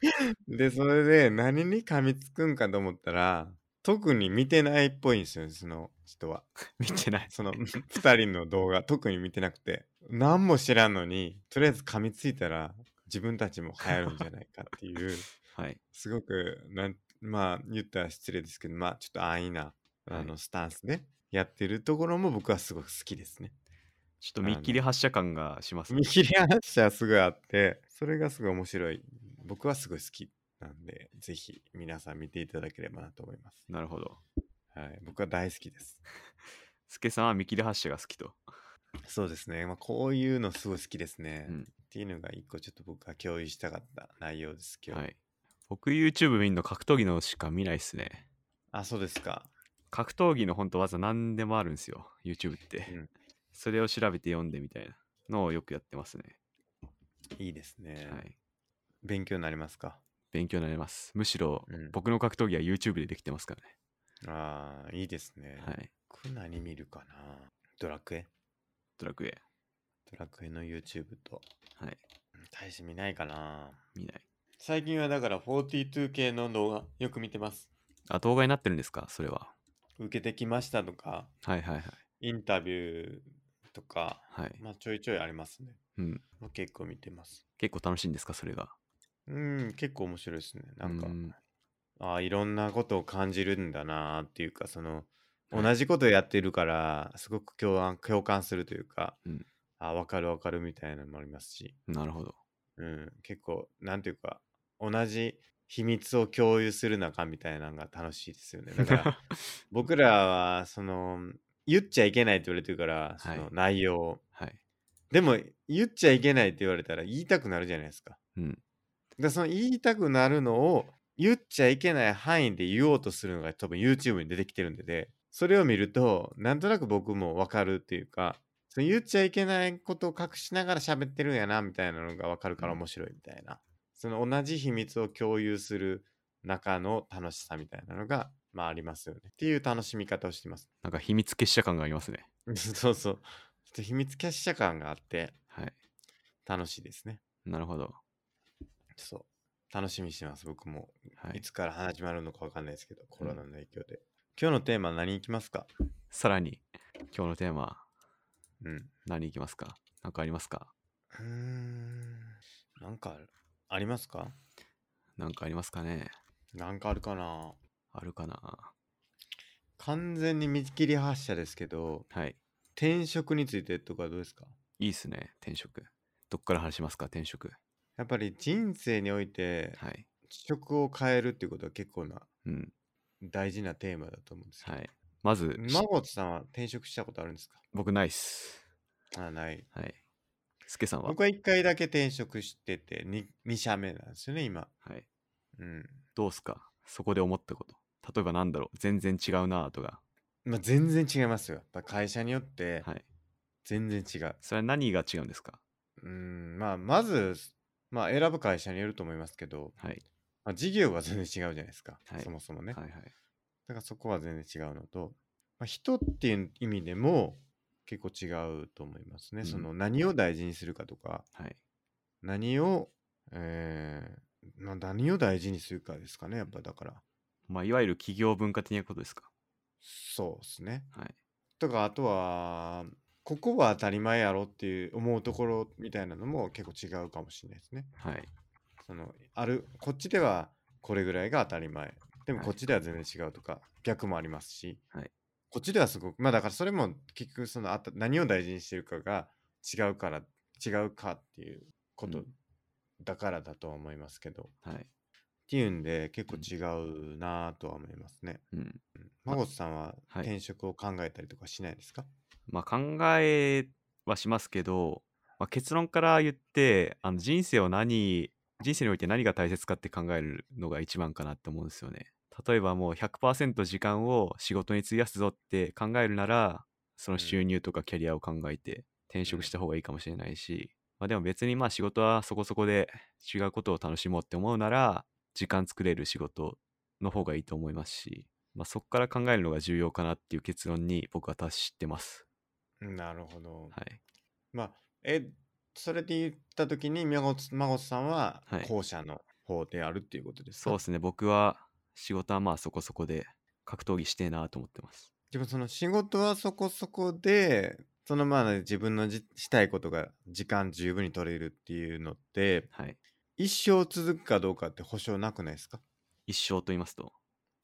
でそれで何に噛みつくんかと思ったら特に見てないっぽいんですよねその人は見てない。その2人の動画特に見てなくて何も知らんのにとりあえず噛みついたら自分たちも流行るんじゃないかっていうはい。すごくなんまあ言ったら失礼ですけどまあちょっと安易なあはのスタンスでやってるところも僕はすごく好きですね。ちょっと見切り発車感がしますね見。切り発車すごいあってそれがすごい面白い僕はすごい好きなんで、ぜひ皆さん見ていただければなと思います。なるほど。はい、僕は大好きです。スケさんは見切り発車が好きと。そうですね。まあ、こういうのすごい好きですね。うっんていうのが一個ちょっと僕が共有したかった内容です今日。はい。僕 YouTube 見んの格闘技のしか見ないっすね。あ、そうですか。格闘技のほんと技何でもあるんですよ。YouTube って。うんそれを調べて読んでみたいなのをよくやってますね。いいですね。はい。勉強になりますか。勉強になります。むしろうん僕の格闘技は YouTube でできてますからね。ああ、いいですね。はい。僕何見るかな。ドラクエドラクエ。ドラクエの YouTube と。はい。大して見ないかな。見ない。最近はだから42系の動画よく見てます。あ、動画になってるんですかそれは。受けてきましたとか、はいはいはい。インタビューとか、はい。まあちょいちょいありますね。うん。まあ、結構見てます。結構楽しいんですかそれが。うん、結構面白いですね。なんか、うんああ、いろんなことを感じるんだなーっていうか、その、はい同じことをやってるから、すごく共感共感するというか、うんああ、わかるわかるみたいなのもありますし、なるほど。うん、結構、なんていうか、同じ秘密を共有する仲みたいなのが楽しいですよね。だ から、僕らは、その、言っちゃいけないって言われてるから、そはいの内容を、はい。でも、言っちゃいけないって言われたら言いたくなるじゃないですか。うん。でその言いたくなるのを言っちゃいけない範囲で言おうとするのが多分 YouTube に出てきてるんででそれを見るとなんとなく僕もわかるっていうかその言っちゃいけないことを隠しながら喋ってるんやなみたいなのがわかるからうん面白いみたいな、その同じ秘密を共有する中の楽しさみたいなのがまあありますよねっていう楽しみ方をしてます なんか秘密結社感がありますね。そうそうちょっと秘密結社感があってはい。楽しいですねなるほど。そう楽しみにしてます僕もはいい。つから始まるのかわかんないですけど、コロナの影響で。今日のテーマ何いきますかさらに、今日のテーマ、うん。何いきますか何かありますかん。なんかあるありますか何かありますかねなんかあるかなあるかな完全に見切り発車ですけど、はい。転職についてとかどうですかいいっすね、転職。どっから話しますか転職。やっぱり人生において、はい。職を変えるっていうことは結構なうん。大事なテーマだと思うんですけはど。い。まず、しマゴトさんは転職したことあるんですか僕ないっす。あない。はい。すけさんは僕は1回だけ転職してて2、2社目なんですよね、今。はい。うん。どうっすかそこで思ったこと。例えばなんだろう全然違うなぁとか。まあ、全然違いますよ。やっぱ会社によってはい。全然違う。それは何が違うんですかうん、まあ、まず、まあ、選ぶ会社によると思いますけど、はい。まあ、事業が全然違うじゃないですか。はいそもそもね。はいはい。だからそこは全然違うのと、まあ、人っていう意味でも結構違うと思いますね。うんその何を大事にするかとか、はい。何を、えーまあ、何を大事にするかですかね。やっぱだから、まあ、いわゆる企業文化的なことですかそうですね。はい。とかあとはここは当たり前やろっていう思うところみたいなのも結構違うかもしれないですね。はい。そのあるこっちではこれぐらいが当たり前でもはいこっちでは全然違うとか、逆もありますし、はいこっちではすごくまあだからそれも結局そのあた何を大事にしてるかが違うから違うかっていうことうんだからだとは思いますけど、っはい。ていうんで結構違うなぁとは思いますね。うん。孫さんははい転職を考えたりとかしないですか、まあ、考えはしますけど、まあ、結論から言ってあの人生を何人生において何が大切かって考えるのが一番かなって思うんですよね。例えばもう100%時間を仕事に費やすぞって考えるならその収入とかキャリアを考えて転職した方がいいかもしれないし、まあ、でも別にまあ仕事はそこそこで違うことを楽しもうって思うなら時間作れる仕事の方がいいと思いますし、まあ、そこから考えるのが重要かなっていう結論に僕は達してます。なるほど。はい。まあ、え、それで言ったときに、宮本真帆さんははい後者の方であるっていうことですか、そうですね。僕は仕事はまあそこそこで格闘技してえなと思ってます。でもその仕事はそこそこで、そのまあ自分のじしたいことが時間十分に取れるっていうのって、はい。一生続くかどうかって保証なくないですか一生と言いますと。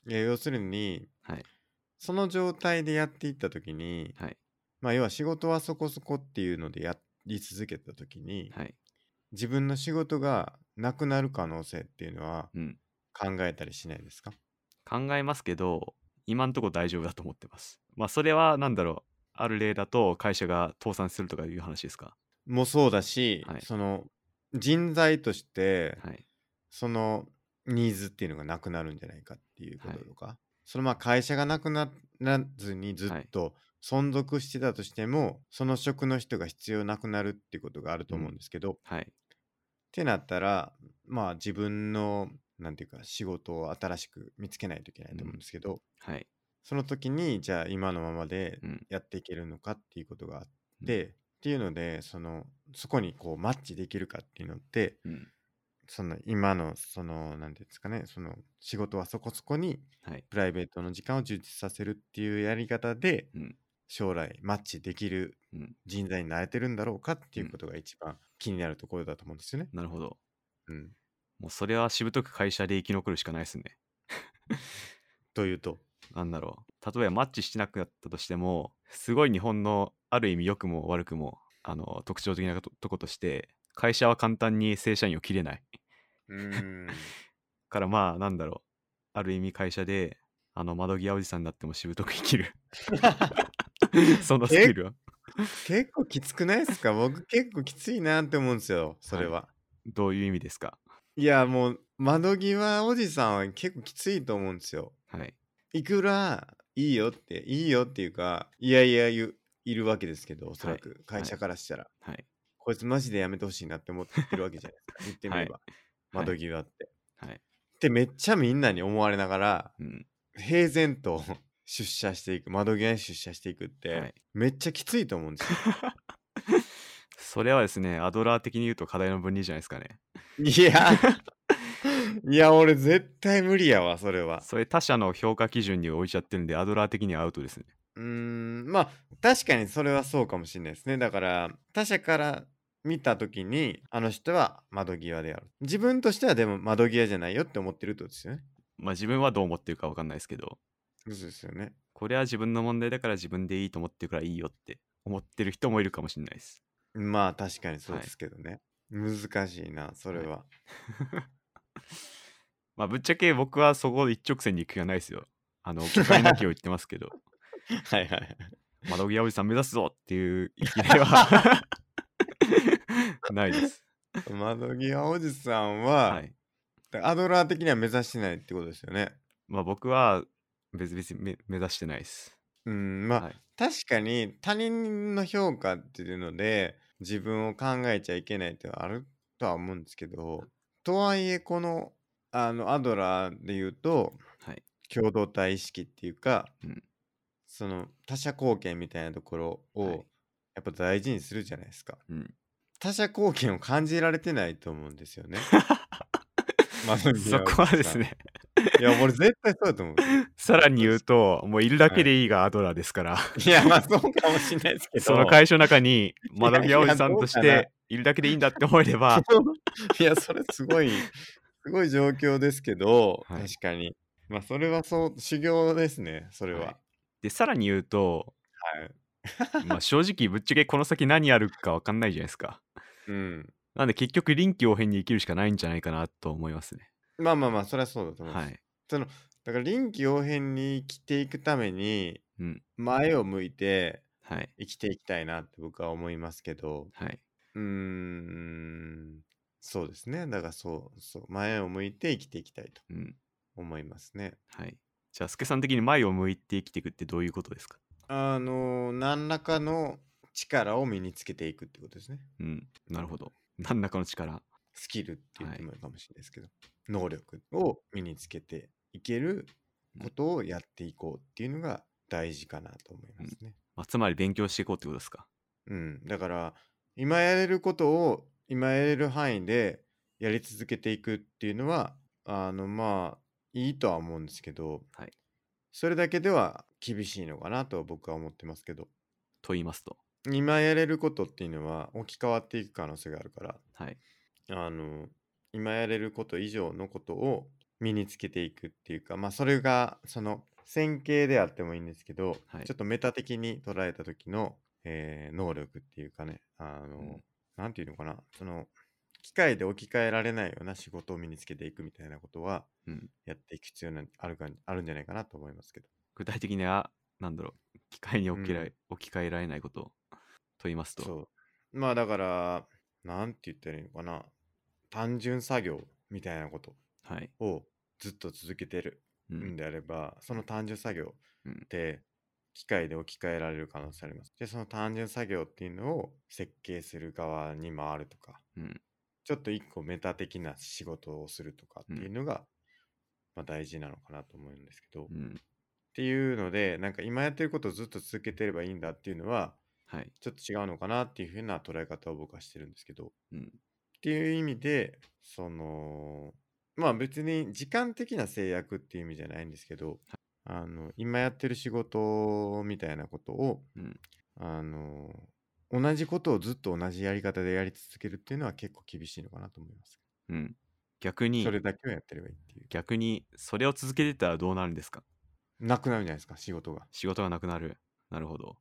いや要するに、はい。その状態でやっていったときに、はい。まあ要は仕事はそこそこっていうのでやり続けたときに、はい。自分の仕事がなくなる可能性っていうのはうん。考えたりしないですか考えますけど今んとこ大丈夫だと思ってますまあそれは何だろうある例だと会社が倒産するとかいう話ですかもそうだし、はいその人材として、はいそのニーズっていうのがなくなるんじゃないかっていうこととか、そのまあ会社がなくならずにずっと存続してたとしても、その職の人が必要なくなるっていうことがあると思うんですけど、っはいてなったらまあ自分のなんていうか仕事を新しく見つけないといけないと思うんですけど、はいその時にじゃあ今のままでうんやっていけるのかっていうことがあっうんて、っていうのでそのそこにこうマッチできるかっていうのってうんその今のその何ていうんですかねその仕事はそこそこにはいプライベートの時間を充実させるっていうやり方でうん将来マッチできるうん人材になれてるんだろうかっていうことが一番気になるところだと思うんですよね。なるほどうん、もうそれはしぶとく会社で生き残るしかないですねというと。なんだろう例えばマッチしてなくなったとしてもすごい日本のある意味良くも悪くもあの特徴的なととことして会社は簡単に正社員を切れないうーんからまあなんだろうある意味会社であの窓際おじさんになってもしぶとく生きる そのスキルは 結構きつくないですか僕結構きついなって思うんですよそれは。どういう意味ですかいやもう窓際おじさんは結構きついと思うんですよ。はいいくらいいよっていいよっていうかいやいや言ういるわけですけどおそらくはい会社からしたら、はいこいつマジでやめてほしいなって思ってるわけじゃないです か言ってみれば、窓際って。はいはいでめっちゃみんなに思われながらうん平然と出社していく窓際に出社していくって、はいめっちゃきついと思うんですよ。それはですねアドラー的に言うと課題の分離じゃないですかねいやいや俺絶対無理やわそれは。それ他社の評価基準に置いちゃってるんでアドラー的にはアウトですねうーんまあ確かにそれはそうかもしれないですねだから他者から見た時にあの人は窓際である自分としてはでも窓際じゃないよって思ってるってことですよねまあ自分はどう思ってるか分かんないですけどそうですよねこれは自分の問題だから自分でいいと思ってるからいいよって思ってる人もいるかもしれないです。まあ確かにそうですけどね、難しいなそれは、まあぶっちゃけ僕はそこ一直線に行く気がないですよ。あの、機械なきを言ってますけど、 はい、はいはい窓際おじさん目指すぞっていう意気では ないです。 窓際おじさんは、はい。アドラー的には目指してないってことですよねまあ僕は別々目目指してないです。うんまあ、はい確かに他人の評価っていうので自分を考えちゃいけないってのはあるとは思うんですけどとはいえこのあのアドラーで言うとはい。共同体意識っていうか、うんその他者貢献みたいなところをはいやっぱ大事にするじゃないですかうん。他者貢献を感じられてないと思うんですよね。まあ そこはです。ね、いや俺絶対そうだと思う。 さらに言うと、もういるだけでいいがアドラーですから。いやまあそうかもしれないですけど。その会社の中に窓 いや際いおやじさんとしどうかなているだけでいいんだって思えればいや、それすごい、すごい状況ですけど、はい確かに。まあ、それはそう、修行ですね、それは。でさらに言うと、はい。まあ、正直ぶっちゃけこの先何やるか分かんないじゃないですかうん。なんで結局臨機応変に生きるしかないんじゃないかなと思いますねまあまあまあ、それはそうだと思います。はいだから、臨機応変に生きていくために、うん前を向いてはい生きていきたいなって僕は思いますけど、はい、うーん、そうですね。だから、そう、そう、前を向いて生きていきたいとうん思いますね。はい、じゃあ助さん的に前を向いて生きていくってどういうことですかあの何らかの力を身につけていくってことですね。うんなるほど何らかの力スキルって言ってはいもいいかもしれないですけど、能力を身につけていけることをやっていこうっていうのが大事かなと思いますね。まあつまり勉強していこうってことですかうん、だから今やれることを今やれる範囲でやり続けていくっていうのはあのまあいいとは思うんですけど、はいそれだけでは厳しいのかなとは僕は思ってますけどと言いますと今やれることっていうのは置き換わっていく可能性があるからはいあの今やれること以上のことを身につけていくっていうかまあそれがその線形であってもいいんですけど、はいちょっとメタ的に捉えた時の、えー能力っていうかねあの、うんなんていうのかなその機械で置き換えられないような仕事を身につけていくみたいなことはうん、やっていく必要があるかあるんじゃないかなと思いますけど。具体的には、なんだろう、機械に置き,、うん置き換えられないことと言いますと、そう。まあだから、なんて言ったらいいのかな。単純作業みたいなことはい。をずっと続けてるうんんであれば、その単純作業うんって機械で置き換えられる可能性あります。で、その単純作業っていうのを設計する側に回るとか、うんちょっと一個メタ的な仕事をするとかっていうのが、まあ大事なのかなと思うんですけど、うっんていうので、なんか今やってることをずっと続けてればいいんだっていうのは、はい。ちょっと違うのかなっていうふうな捉え方を僕はしてるんですけど、うん。っていう意味で、その、まあ別に時間的な制約っていう意味じゃないんですけど、あの、今やってる仕事みたいなことを、うんあの、同じことをずっと同じやり方でやり続けるっていうのは結構厳しいのかなと思います。うん。逆にそ、れだけをやってればいいっていう。逆に、それを続けてたらどうなるんですかなくなるじゃないですか、仕事が。仕事がなくなる。なるほど。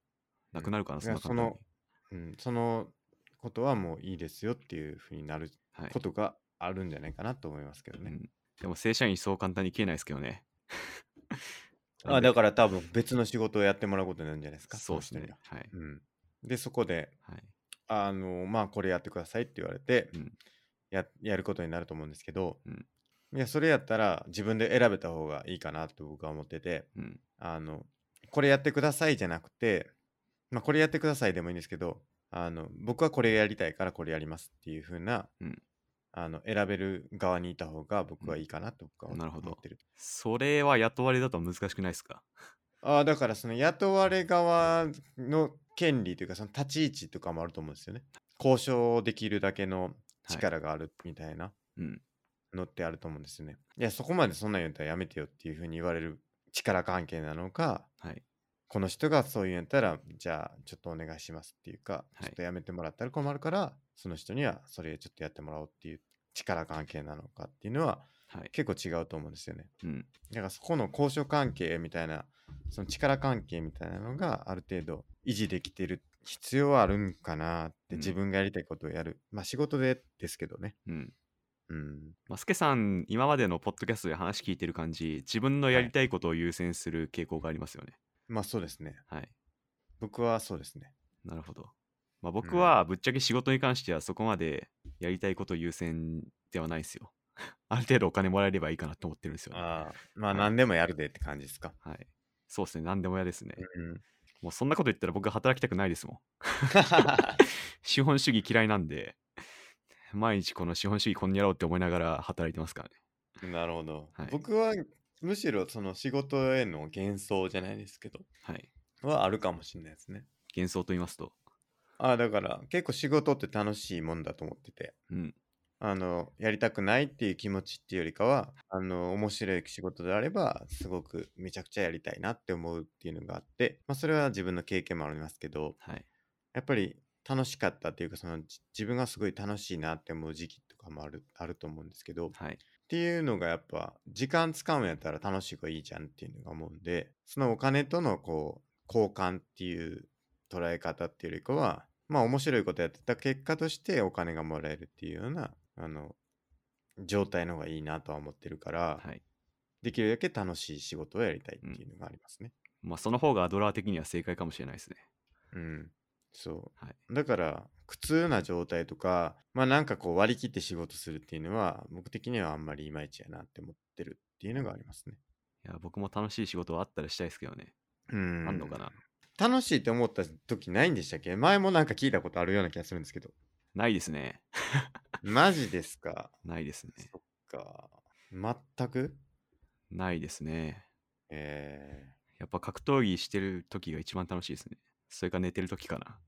なくなるかな、うんそんないや簡単にそうん、そのことはもういいですよっていうふうになるはいことがあるんじゃないかなと思いますけどうね。ん。でも正社員そう簡単に消えないですけどね。 あだから多分別の仕事をやってもらうことになるんじゃないですか。そうですその人にねは。はい。うん、で、そこで、はい。あの、まあ、これやってくださいって言われて、うんや、やることになると思うんですけど、うんいや、それやったら自分で選べた方がいいかなと僕は思ってて、うん。あの、これやってくださいじゃなくて、まあ、これやってくださいでもいいんですけど、あの、僕はこれやりたいからこれやりますっていう風な、うんあの、選べる側にいた方が僕はいいかなと僕はうんなる思ほどってる。それは雇われだと難しくないですかああ、だからその雇われ側の権利というか、その立ち位置とかもあると思うんですよね。交渉できるだけのはい力があるみたいなうん。のってあると思うんですよね。いや、そこまでそんなん言ったらやめてよっていう風に言われる力関係なのか、はい。この人がそういうんやったら、じゃあちょっとお願いしますっていうか、はいちょっとやめてもらったら困るから、その人にはそれちょっとやってもらおうっていう力関係なのかっていうのははい。結構違うと思うんですよね。うん。だからそこの交渉関係みたいな、その力関係みたいなのがある程度維持できてる必要はあるんかなって、うん自分がやりたいことをやる。まあ仕事でですけどね。うん。うん。まあ、スケさん、今までのポッドキャストで話聞いてる感じ、自分のやりたいことを優先する傾向がありますよね。まあそうですね。はい。僕はそうですね。なるほど。まあ、僕はぶっちゃけ仕事に関してはそこまでやりたいこと優先ではないんですよ。 ある程度お金もらえればいいかなと思ってるんですよ、ね。ああ。まあはい何でもやるでって感じですか。はい。そうですね。何でも嫌ですね。うん。もうそんなこと言ったら僕は働きたくないですもん。資本主義嫌いなんで、毎日この資本主義こんにやろうって思いながら働いてますから ね。なるほど。はい僕はむしろその仕事への幻想じゃないですけど、はい。はあるかもしれないですね。幻想と言いますと。ああ、だから結構仕事って楽しいもんだと思ってて。うん。あの、やりたくないっていう気持ちっていうよりかは、あの、面白い仕事であれば、すごくめちゃくちゃやりたいなって思うっていうのがあって、まあ、それは自分の経験もありますけど、はい。やっぱり楽しかったっていうか、その、じ自分がすごい楽しいなって思う時期とかもある、あると思うんですけど、っはい。ていうのがやっぱ、時間使うんやったら楽しい方がいいじゃんっていうのが思うんで、そのお金とのこう、交換っていう捉え方っていうよりかは、まあ面白いことやってた結果としてお金がもらえるっていうような、あの、状態の方がいいなとは思ってるから、はい。できるだけ楽しい仕事をやりたいっていうのがありますね。まあ、その方がアドラー的には正解かもしれないですね。うん。そう、はいだから、苦痛な状態とか、まあなんかこう割り切って仕事するっていうのは、僕的にはあんまりいまいちやなって思ってるっていうのがありますね。いや、僕も楽しい仕事はあったらしたいですけどね。うん。あんのかな、楽しいって思った時ないんでしたっけ前もなんか聞いたことあるような気がするんですけど。ないですね。マジですかないですね。そっか。全くないですね。えやっぱ格闘技してる時が一番楽しいですね。それか寝てる時かな。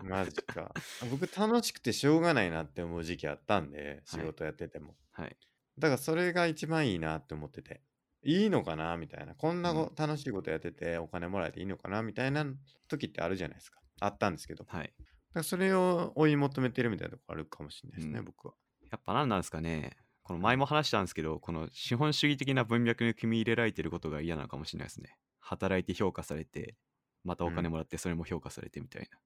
ー、マジ か。僕楽しくてしょうがないなって思う時期あったんで、仕事やってても。はい。だからそれが一番いいなって思ってて。いいのかなみたいな。こんなごう楽しいことやっててお金もらえていいのかなみたいな時ってあるじゃないですか。あったんですけど。だかはい。らそれを追い求めてるみたいなとこあるかもしれないですね、うん僕は。やっぱ何なんですかね。この前も話したんですけど、この資本主義的な文脈に組み入れられてることが嫌なのかもしれないですね。働いて評価されて、またお金もらってそれも評価されてみたいな。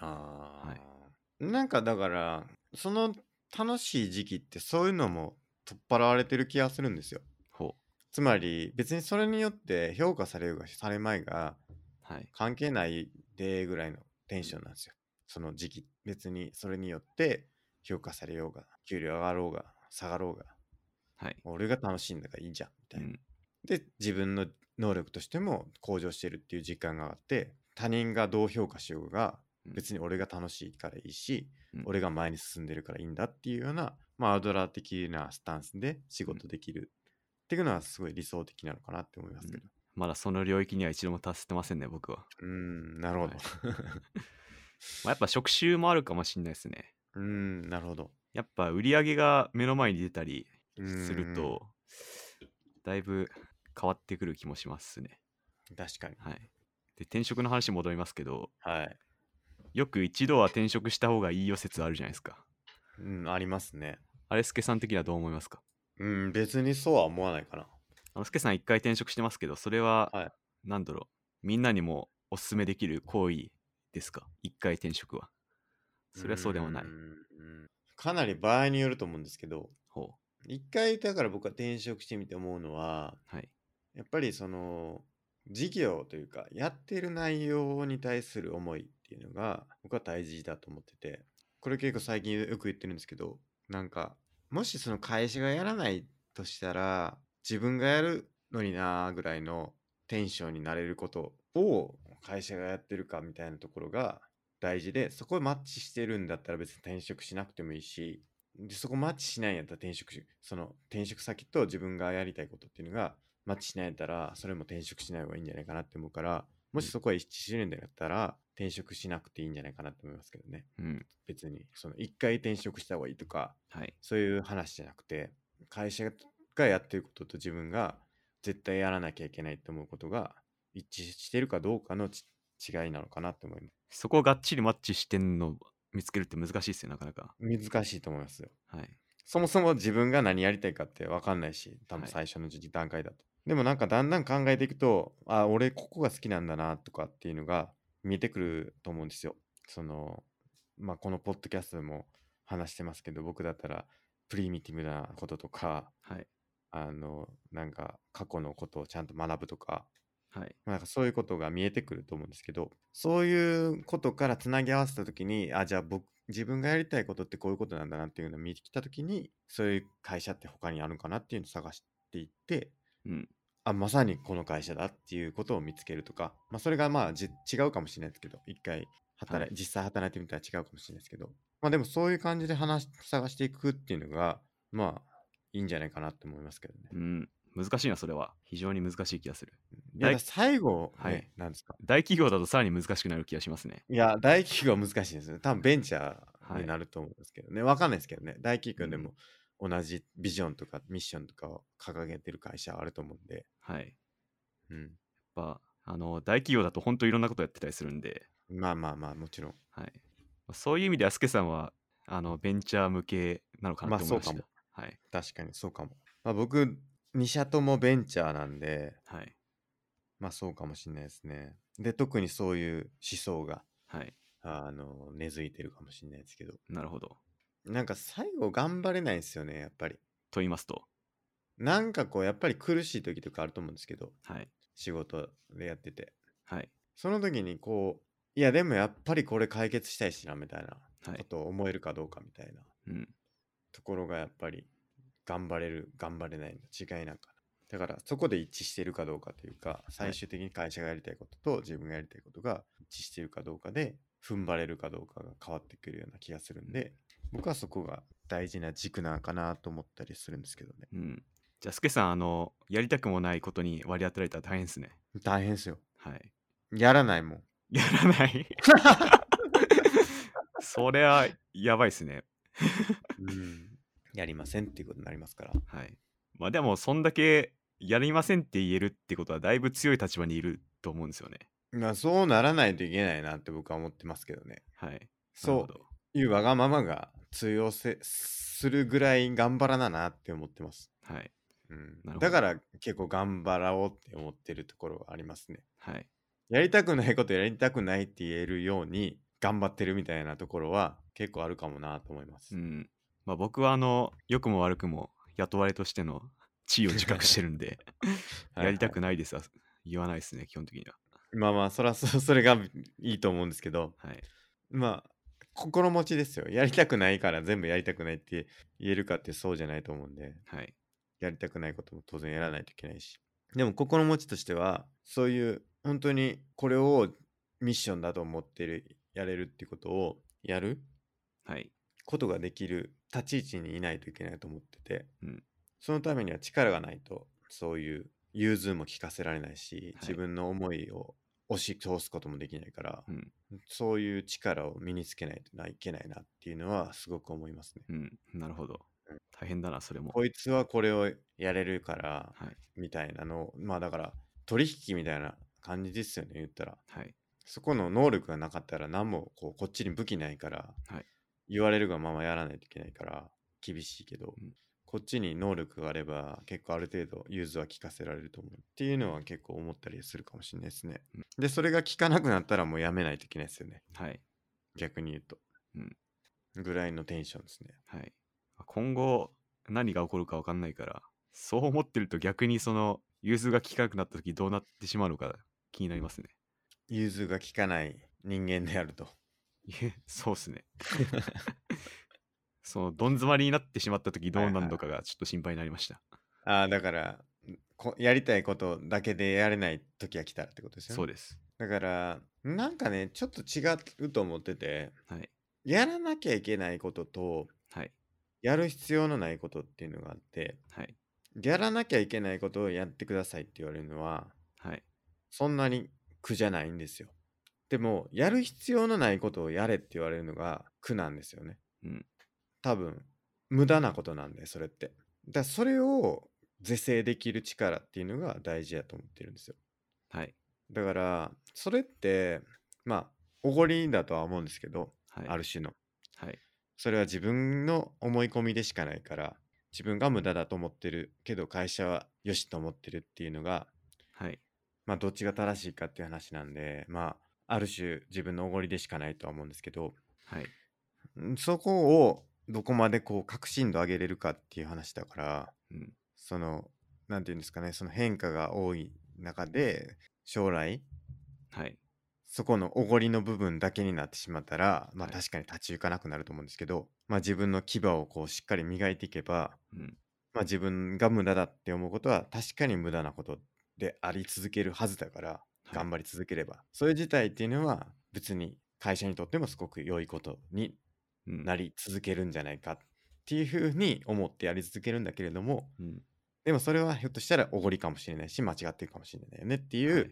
ああ、なんかだから、その楽しい時期ってそういうのも取っ払われてる気がするんですよ。ほつまり別にそれによって評価されるがされまいがう。はい。関係ないでぐらいのテンションなんですよ。その時期別にそれによって評価されようが給料上がろうが下がろうがはい。俺が楽しいんだからいいじゃんみたういな。ん。で自分の能力としても向上してるっていう実感があって他人がどう評価しようがうん別に俺が楽しいからいいし、うん俺が前に進んでるからいいんだっていうような、まあ、アウトドラー的なスタンスで仕事できる、っていうのはすごい理想的なのかなって思いますけど。まだその領域には一度も達せてませんね、僕は。うん、なるほど。はいまあ、やっぱ職種もあるかもしれないですね。 うん、なるほど。やっぱ売り上げが目の前に出たりするうんと、だいぶ変わってくる気もしますね。確かに。はい。で、転職の話戻りますけど、はい。よく一度は転職した方がいいよ説あるじゃないですか。うん、ありますね。あれ、スケさん的にはどう思いますかうん、別にそうは思わないかな。あの、スケさん一回転職してますけど、それは、はいなんだろう、みんなにもお勧めできる行為ですか一回転職は。それはそうでもないん。うんかなり場合によると思うんですけど、ほ一回だから僕は転職してみて思うのは、う。はい。やっぱりその事業というかやってる内容に対する思いっていうのが僕は大事だと思っててこれ結構最近よく言ってるんですけどなんかもしその会社がやらないとしたら自分がやるのになーぐらいのテンションになれることを会社がやってるかみたいなところが大事でそこマッチしてるんだったら別に転職しなくてもいいしでそこマッチしないんやったら転職しその転職先と自分がやりたいことっていうのがマッチしないんやったらそれも転職しない方がいいんじゃないかなって思うからもしそこは一致してるんだったら転職しなくていいんじゃないかなって思いますけどねうん。別にその一回転職した方がいいとかはい。そういう話じゃなくて会社がやってることと自分が絶対やらなきゃいけないって思うことが一致してるかどうかのち違いなのかなって思いますそこをがっちりマッチしてんの見つけるって難しいですよ、なかなか。難しいと思いますよはい。そもそも自分が何やりたいかって分かんないし、多分はい最初の時段階だと。でもなんかだんだん考えていくと、あ、俺ここが好きなんだなとかっていうのが見えてくると思うんですよ。その、まあこのポッドキャストでも話してますけど、僕だったらプリミティブなこととか、はい。あの、なんか過去のことをちゃんと学ぶとか、はい。まあなんかそういうことが見えてくると思うんですけど、そういうことからつなぎ合わせたときに、あ、じゃあ僕、自分がやりたいことってこういうことなんだなっていうのを見てきたときに、そういう会社って他にあるのかなっていうのを探していって、うん。あ、まさにこの会社だっていうことを見つけるとか、まあそれがまあじ違うかもしれないですけど、一回働い、はい実際働いてみたら違うかもしれないですけど、まあでもそういう感じで話し、探していくっていうのが、まあいいんじゃないかなって思いますけどね。うん。難しいな、それは。非常に難しい気がする。いや大だから最後、ね、はいなんですか大企業だとさらに難しくなる気がしますね。いや、大企業は難しいですね。多分ベンチャーになると思うんですけどね。わ、かんないですけどね。大企業でも同じビジョンとかミッションとかを掲げてる会社はあると思うんで。はい。うん。やっぱ、あの、大企業だと本当いろんなことやってたりするんで、まあまあまあ、もちろん。はい。そういう意味で、あすけさんは、あの、ベンチャー向けなのかなまあと思いましそた。うかもはい。確かにそうかも。まあ僕、2社ともベンチャーなんで、はい。まあそうかもしれないですね。で、特にそういう思想が、はい。あの、根付いてるかもしれないですけど。なるほど。なんか最後頑張れないですよね、やっぱり。と言いますと、なんかこう、やっぱり苦しい時とかあると思うんですけど、はい。仕事でやってて。はい。その時にこう、いやでもやっぱりこれ解決したいしなみたいなはいことを思えるかどうかみたいなうん。ところがやっぱり頑張れる、頑張れないの違いなんかな。だからそこで一致してるかどうかというか、最終的に会社がやりたいことと自分がやりたいことが一致してるかどうかで、踏ん張れるかどうかが変わってくるような気がするんで、僕はそこが大事な軸なのかなと思ったりするんですけどね。うん。じゃあ、すけさん、あの、やりたくもないことに割り当てられたら大変ですね。大変ですよ。はい。 やらないもん。やらない それは、やばいですね。うんやりませんっていうことになりますから。はい。まあでも、そんだけやりませんって言えるってことは、だいぶ強い立場にいると思うんですよね。まあそうならないといけないなって僕は思ってますけどね。はい。なそるほどういうわがままが通用せするぐらい頑張らななって思ってます。はい。うんなるほど、だから結構頑張ろうって思ってるところはありますね。はい。やりたくないことやりたくないって言えるように頑張ってるみたいなところは結構あるかもなと思います。うん。まあ、僕はあの良くも悪くも雇われとしての地位を自覚してるん でやりたくないですは言わないですね基本的にはまあまあそらそ それがいいと思うんですけどはいまあ心持ちですよやりたくないから全部やりたくないって言えるかってそうじゃないと思うんではいやりたくないことも当然やらないといけないしでも心持ちとしてはそういう本当にこれをミッションだと思ってるやれるってことをやるはいことができる立ち位置にいないといけないと思ってて、うんそのためには力がないとそういう融通も聞かせられないし、はい自分の思いを押し通すこともできないから、うんそういう力を身につけないといけないなっていうのはすごく思いますね。うんなるほど大変だなそれもこいつはこれをやれるからはいみたいなのをまあだから取引みたいな感じですよね言ったらはいそこの能力がなかったら何もこうこっちに武器ないから、はい言われるがままやらないといけないから厳しいけど、うんこっちに能力があれば結構ある程度融通は聞かせられると思うっていうのは結構思ったりするかもしれないですね、うんでそれが聞かなくなったらもうやめないといけないですよねはい逆に言うと、うんぐらいのテンションですねはい今後何が起こるか分かんないからそう思ってると逆にその融通が利かなくなった時どうなってしまうのか気になりますね融通が聞かない人間であるといえ そうっすねそのどん詰まりになってしまった時どうなるのかがちょっと心配になりました、ああだからこやりたいことだけでやれない時が来たらってことですよねそうですだからなんかねちょっと違うと思っててはいやらなきゃいけないこととはいやる必要のないことっていうのがあってはいやらなきゃいけないことをやってくださいって言われるのははいそんなに苦じゃないんですよでもやる必要のないことをやれって言われるのが苦なんですよねうん多分無駄なことなんでそれってだからそれを是正できる力っていうのが大事だと思ってるんですよはいだからそれってまあおごりだとは思うんですけど、はいある種のはいそれは自分の思い込みでしかないから自分が無駄だと思ってるけど会社は良しと思ってるっていうのがはいまあどっちが正しいかっていう話なんでまあある種自分のおごりでしかないとは思うんですけどはいんそこをどこまでこう確信度上げれるかっていう話だからうんそのなんていうんですかねその変化が多い中で将来はいそこのおごりの部分だけになってしまったら、まあはい確かに立ち行かなくなると思うんですけど、まあ自分の牙をこうしっかり磨いていけば、うんまあ自分が無駄だって思うことは確かに無駄なことであり続けるはずだから、はい頑張り続ければ、それ自体っていうのは別に会社にとってもすごく良いことにうんなり続けるんじゃないかっていうふうに思ってやり続けるんだけれども、うんでもそれはひょっとしたらおごりかもしれないし、間違ってるかもしれないよねっていう、はい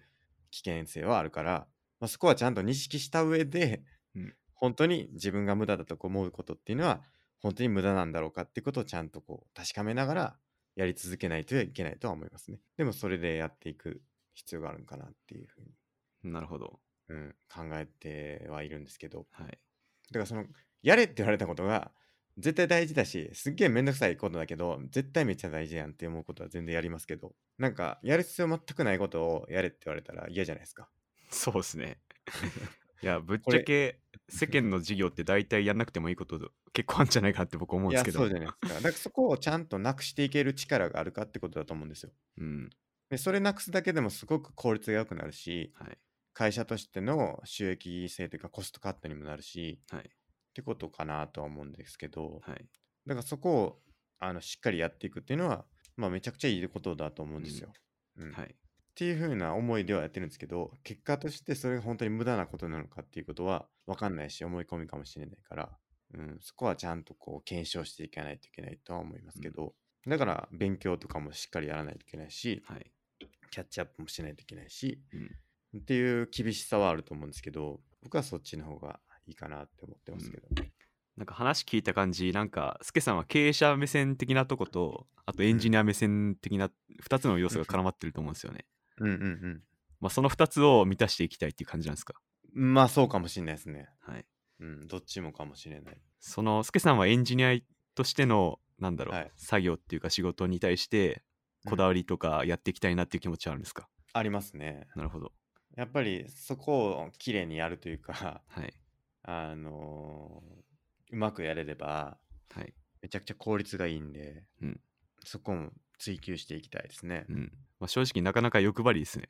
危険性はあるから、まあ、そこはちゃんと認識した上で、うん本当に自分が無駄だと思うことっていうのは本当に無駄なんだろうかっていうことをちゃんとこう確かめながらやり続けないといけないとは思いますね。でもそれでやっていく必要があるのかなっていうふうに、なるほどうん、考えてはいるんですけどはいだからそのやれって言われたことが絶対大事だしすっげえめんどくさいことだけど絶対めっちゃ大事やんって思うことは全然やりますけどなんかやる必要全くないことをやれって言われたら嫌じゃないですか。そうで すねいやぶっこちれゃけ世間の事業って大体やんなくてもいいこと結構あるんじゃないかなって僕思うんですけどいやそうじゃないですか。だからそこをちゃんとなくしていける力があるかってことだと思うんですよ。うんでそれなくすだけでもすごく効率が良くなるしはい会社としての収益性というかコストカットにもなるしはいってことかなとは思うんですけどはいだからそこをあのしっかりやっていくっていうのは、まあ、めちゃくちゃいいことだと思うんですよ。うんはっいていうふうな思いではやってるんですけど結果としてそれが本当に無駄なことなのかっていうことは分かんないし思い込みかもしれないから、うん、そこはちゃんとこう検証していかないといけないとは思いますけど、だから勉強とかもしっかりやらないといけないしはいキャッチアップもしないといけないし、うんっていう厳しさはあると思うんですけど僕はそっちの方がいいかなって思ってますけど、なんか話聞いた感じなんかスケさんは経営者目線的なとことあとエンジニア目線的な2つの要素が絡まってると思うんですよね、うん、うんうんまあ、その2つを満たしていきたいっていう感じなんですかまあそうかもしれないですねはいうんどっちもかもしれないそのスケさんはエンジニアとしてのなんだろう、はい作業っていうか仕事に対してこだわりとかやっていきたいなっていう気持ちはあるんですか、ありますねなるほどやっぱりそこをきれいにやるというか はいあのーうまくやれればはいめちゃくちゃ効率がいいんで、うんそこも追求していきたいですねう。んまあ、正直なかなか欲張り ですね。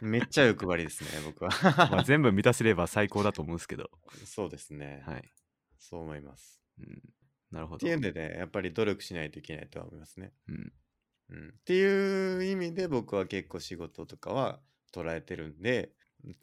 めっちゃ欲張りですね、 僕まあ、は。全部満たせれば最高だと思うんですけど。そうですね、はい。そう思います。うん、なるほっど。ていうんでね、やっぱり努力しないといけないとは思いますね。うん、うん、っていう意味で僕は結構仕事とかは捉えてるんで、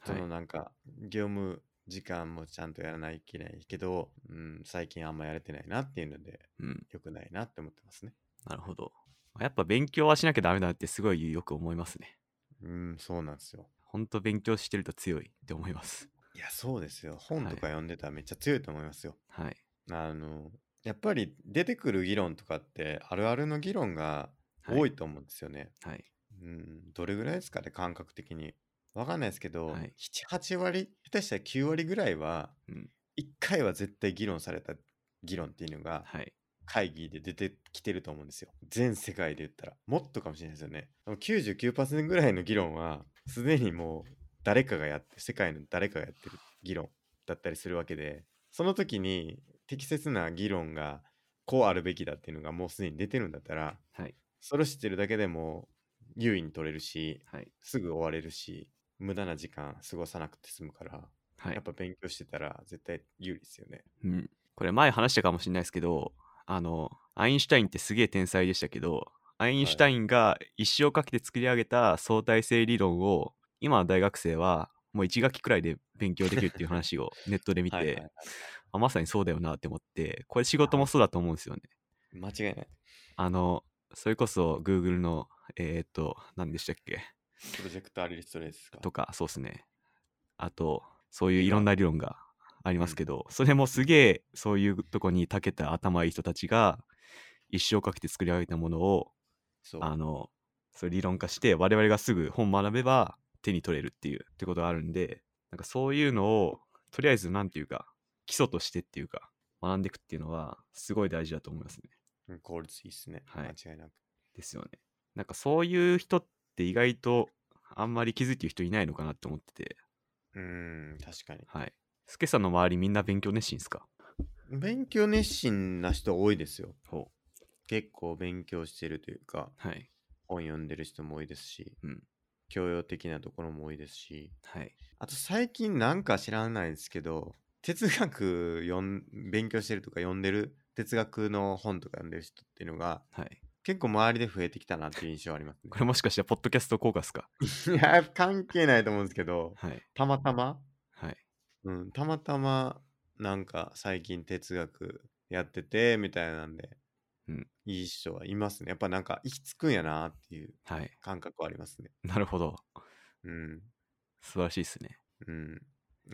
そのなんか業務時間もちゃんとやらないといけないけど、うん、最近あんまやれてないなっていうのでうん、良くないなって思ってますね。なるほど。まあやっぱ勉強はしなきゃダメだなってすごいよく思いますね。うん、そうなんですよ。ほんと勉強してると強いって思います。いや、そうですよ。本はいとか読んでたらめっちゃ強いと思いますよ。はい。あの、やっぱり出てくる議論とかってあるあるの議論が多はい。いと思うんですよね。はい。うん、どれぐらいですかね、感覚的に。わかんないですけど、はい7、8割、下手したら9割ぐらいは、うん1回は絶対議論された議論っていうのがはい。会議で出てきてると思うんですよ。全世界で言ったら。もっとかもしれないですよね。でも99%ぐらいの議論は、すでにもう誰かがやって、世界の誰かがやってる議論だったりするわけで、その時に適切な議論がこうあるべきだっていうのがもうすでに出てるんだったら、はい。それを知ってるだけでも優位に取れるしはい。すぐ終われるし無駄な時間過ごさなくて済むから、はいやっ。ぱ勉強してたら絶対有利ですよね。うん、これ前話したかもしれないですけどあのアインシュタインってすげえ天才でしたけどアインシュタインが一生かけて作り上げた相対性理論を今の大学生はもう1学期くらいで勉強できるっていう話をネットで見てはいはいはいあまさにそうだよなって思ってこれ仕事もそうだと思うんですよね。間違いない。あのそれこそ Google のえーっと何でしたっけプロジェクトアリストレースですかとかそうっすねあとそういういろんな理論がありますけど、それもすげえそういうとこに長けた頭いい人たちが一生かけて作り上げたものをそうあのそう理論化して我々がすぐ本学べば手に取れるっていうってことがあるんでなんかそういうのをとりあえずなんていうか基礎としてっていうか学んでいくっていうのはすごい大事だと思いますね。うん効率いいですね、はい間違いなく。ですよね。なんかそういう人って意外とあんまり気づいてる人いないのかなって思っててうーん確かに。はい。スケさんの周りみんな勉強熱心ですか勉強熱心な人多いですよ。ほ結構勉強してるというかう。はい。本読んでる人も多いですし、うん教養的なところも多いですしはい。あと最近なんか知らないですけど、哲学読ん 勉強してるとか読んでる哲学の本とか読んでる人っていうのがはい。結構周りで増えてきたなっていう印象あります これもしかして、ポッドキャスト効果ですかね。いや、関係ないと思うんですけど、はい。たまたま、はい。うん、たまたまなんか最近哲学やっててみたいなんで、うんいい人はいますね。やっぱなんか行き着くんやなっていうはい。感覚はありますね。なるほど。うん。素晴らしいですね。うん。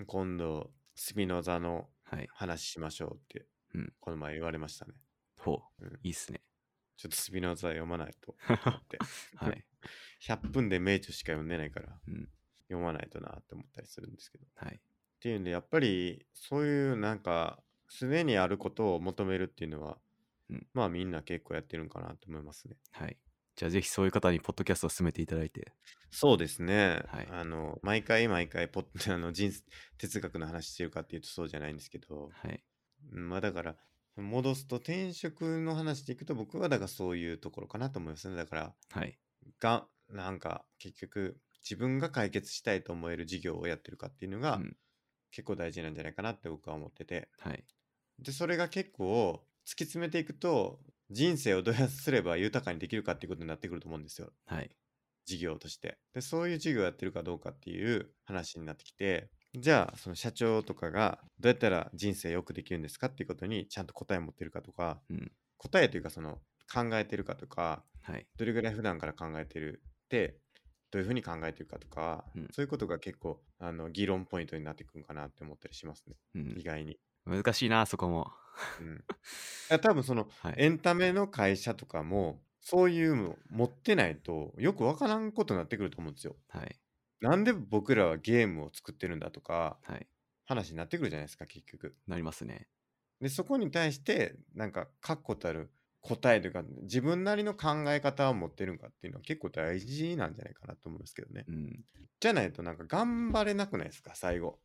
今度、スピノザのはい。話しましょうって、うんこの前言われましたね。ほう。うんいいっ すね。ちょっとスピノザ読まない と。はてい。 100分で名著しか読んでないから、うん読まないとなって思ったりするんですけど。っはい。ていうんで、やっぱりそういうなんか、すでにあることを求めるっていうのは、うんまあみんな結構やってるんかなと思いますね。はい。じゃあ、ぜひそういう方にポッドキャストを進めていただいて。そうですね。はいあの、毎回毎回ポッ、あ の人生哲学の話してるかっていうとそうじゃないんですけど、はい。うんまあだから、戻すと転職の話でいくと僕はだからそういうところかなと思いますね。だから、はい。がなんか結局自分が解決したいと思える事業をやってるかっていうのが、うん結構大事なんじゃないかなって僕は思っててはい。でそれが結構突き詰めていくと人生をどうやってすれば豊かにできるかっていうことになってくると思うんですよはい。事業としてでそういう事業をやってるかどうかっていう話になってきてじゃあその社長とかがどうやったら人生よくできるんですかっていうことにちゃんと答え持ってるかとかうん。答えというかその考えてるかとかはい。どれぐらい普段から考えてるってどういうふうに考えてるかとか、うんそういうことが結構あの議論ポイントになってくるかなって思ったりしますねうん意。外に、難しいな、そこも。う ん、だから多分そのはい。エンタメの会社とかもそういうの持ってないとよくわからんことになってくると思うんですよはい。なんで僕らはゲームを作ってるんだとかはい。話になってくるじゃないですか結局なりますね。でそこに対してなんか確固たる答えというか自分なりの考え方を持ってるんかっていうのは結構大事なんじゃないかなと思うんですけどねうん。じゃないとなんか頑張れなくないですか最後。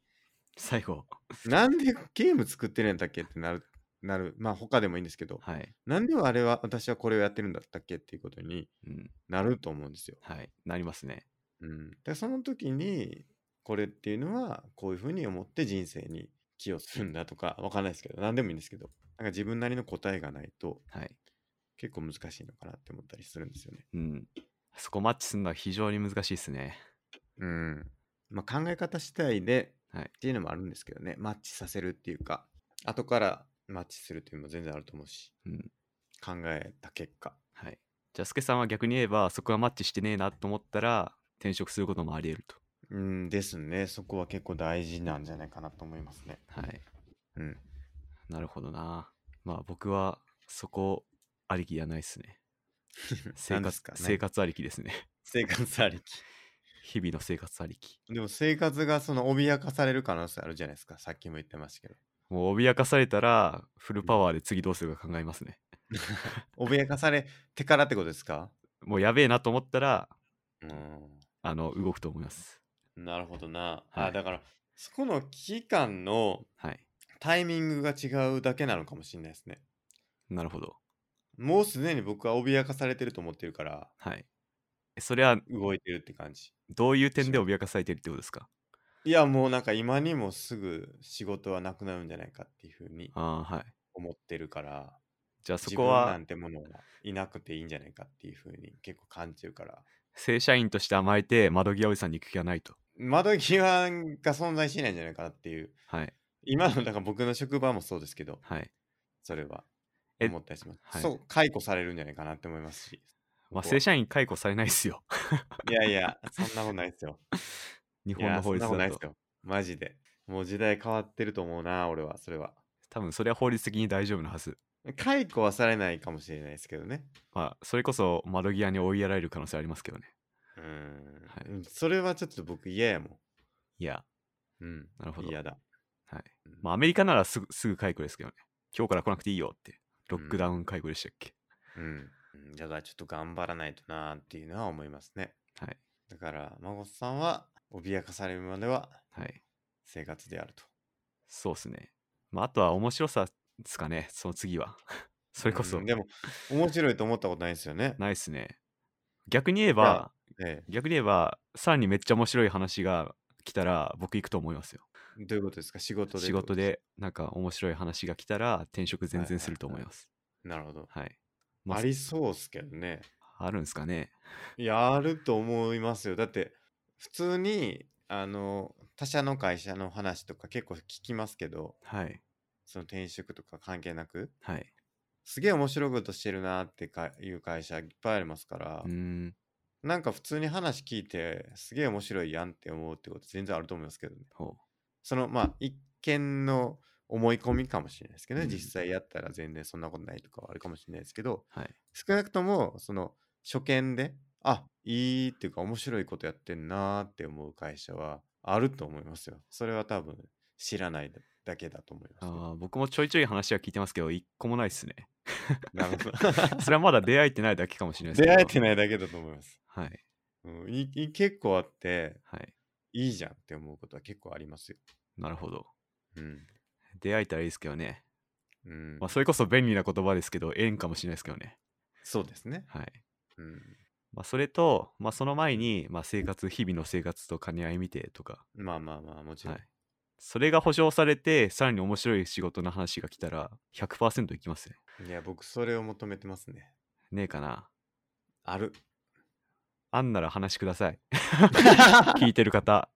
最後。なんでゲーム作ってるんだっけってなるなる、まあ他でもいいんですけど、はい。なんであれは私はこれをやってるんだったっけっていうことにうん。なると思うんですよ。はい。なりますね。うん、でその時にこれっていうのはこういうふうに思って人生に寄与するんだとかわかんないですけど何でもいいんですけどなんか自分なりの答えがないとはい。結構難しいのかなって思ったりするんですよね。うん。そこマッチするのは非常に難しいですね。うんまあ、考え方次第ではいっていうのもあるんですけどね、マッチさせるっていうか後からマッチするっていうのも全然あると思うしうん。考えた結果はい。じゃあ、スケさんは逆に言えば、そこがマッチしてねえなと思ったら、転職することもあり得ると。うんですねそこは結構大事なんじゃないかなと思いますね。はい。うん、なるほどな。まあ、僕はそこありきじゃないです ね。生何で活すかね生活ありきですね。 生活ありき。日々の生活ありき。でも生活がその脅かされる可能性あるじゃないですか。さっきも言ってましたけど。もう脅かされたら、フルパワーで次どうするか考えますね。脅かされてからってことですかもうやべえなと思ったら、うん。あの、動くと思います。なるほどな。はあいだから、そこの期間のはい。タイミングが違うだけなのかもしれないですね。なるほど。もうすでに僕は脅かされてると思ってるから、はい。えそれは、動いてるって感じ。どういう点で脅かされてるってことですかいや、もうなんか今にもすぐ仕事はなくなるんじゃないかっていうふうにああ、はい。思ってるから、じゃあそ自こ分なはん、てものはいなくていいんじゃないかっていうふうに結構感じてるから。正社員として甘えて、窓際おじさんに行く気はないと。窓際が存在しないんじゃないかなっていうはい。今のだから僕の職場もそうですけどはい。それはえ思ったりします、はいそう解雇されるんじゃないかなって思いますしまあ、僕は正社員解雇されないですよ。 いやいやそんなことないですよ日い本やのそん法律なことなだいですと。よマジでもう時代変わってると思うな俺はそれは多分それは法律的に大丈夫なはず。解雇はされないかもしれないですけどねまあ、それこそ窓際に追いやられる可能性ありますけどね。うーん、はいうんそれはちょっと僕嫌やもいや、んうんなるほど嫌だはいうん。まあ、アメリカならすぐすぐ解雇ですけどね。今日から来なくていいよって。ロックダウン解雇でしたっけ、うんうんだからちょっと頑張らないとなーっていうのは思いますねはい。だから孫さんは脅かされるまでははい。生活であるとそうっすね。まあ、あとは面白さですかね。その次は。 それこそ。うんでも、面白いと思ったことないですよね。ないっすね。逆に言えいやば、え逆に言えば、さらにめっちゃ面白い話が来たら、僕行くと思いますよ。えどういうことですか仕事でって仕こと事すで、なんか面白い話が来たら、転職全然すると思います。か。なるほど。はい。まあありそうっすけどね。あるんですかね。いや、あると思いますよ。だって、普通に、あの、他社の会社の話とか結構聞きますけど、はい。その転職とか関係なく、はい。すげえ面白いことしてるなってかいう会社いっぱいありますからうー、ん。なんか普通に話聞いて、すげえ面白いやんって思うってこと全然あると思いますけどね。ほそのまあ一見の思い込みかもしれないですけどね、うん実際やったら全然そんなことないとかはあるかもしれないですけどう。はい。少なくともその初見であいいっていうか面白いことやってんなーって思う会社はあると思いますよそれは多分知らないだけだと思います、あー僕もちょいちょい話は聞いてますけど、一個もないっすね。なるほど それはまだ出会えてないだけかもしれないです出けど。会えてないだけだと思います、はい。うん、いい結構あってはい。いいじゃんって思うことは結構ありますよなるほど。うん、出会えたらいいですけどね。うんまあ、それこそ便利な言葉ですけど、縁かもしれないですけどね。そうですね、はい。うん、まあ、それと、まあ、その前に、まあ、生活、日々の生活と兼ね合い見てとか、まあまあまあもちろはん、い。それが保証されて、さらに面白い仕事の話が来たら、100%いきますね。いや僕それを求めてますねねえかな。あ る。あんなら話ください。聞いて る方。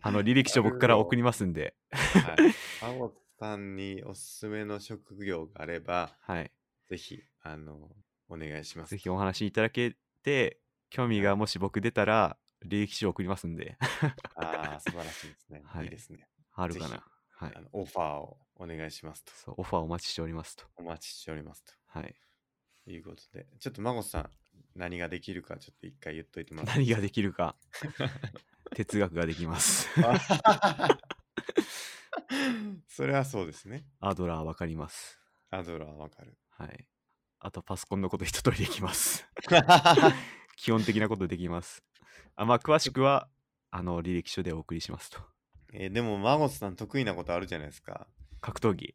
あの、履歴書僕から送りますんで。はい。青さんにおすすめの職業があれば、はい。ぜひ、あの、お願いします。ぜひお話いただけて、興味がもし僕出たら、履歴書送りますんで。ああ、素晴らしいですね。、はいいいですね、あるかぜな。はいあ。の。オファーをお願いしますと。そう、オファーお待ちしておりますと。お待ちしておりますはい。 ということで、ちょっと孫さん、何ができるかちょっと一回言っといてもらっていい何でができる か。哲学ができます。すか。 それはそうですね。アドラーわかります。アドラーわか る。はい。あとパソコンのこと一通りできます。基本的なことできます。あまあ、詳しくは、あの、履歴書でお送りしますと。 えーでも、孫さん得意なことあるじゃないですか。格闘技。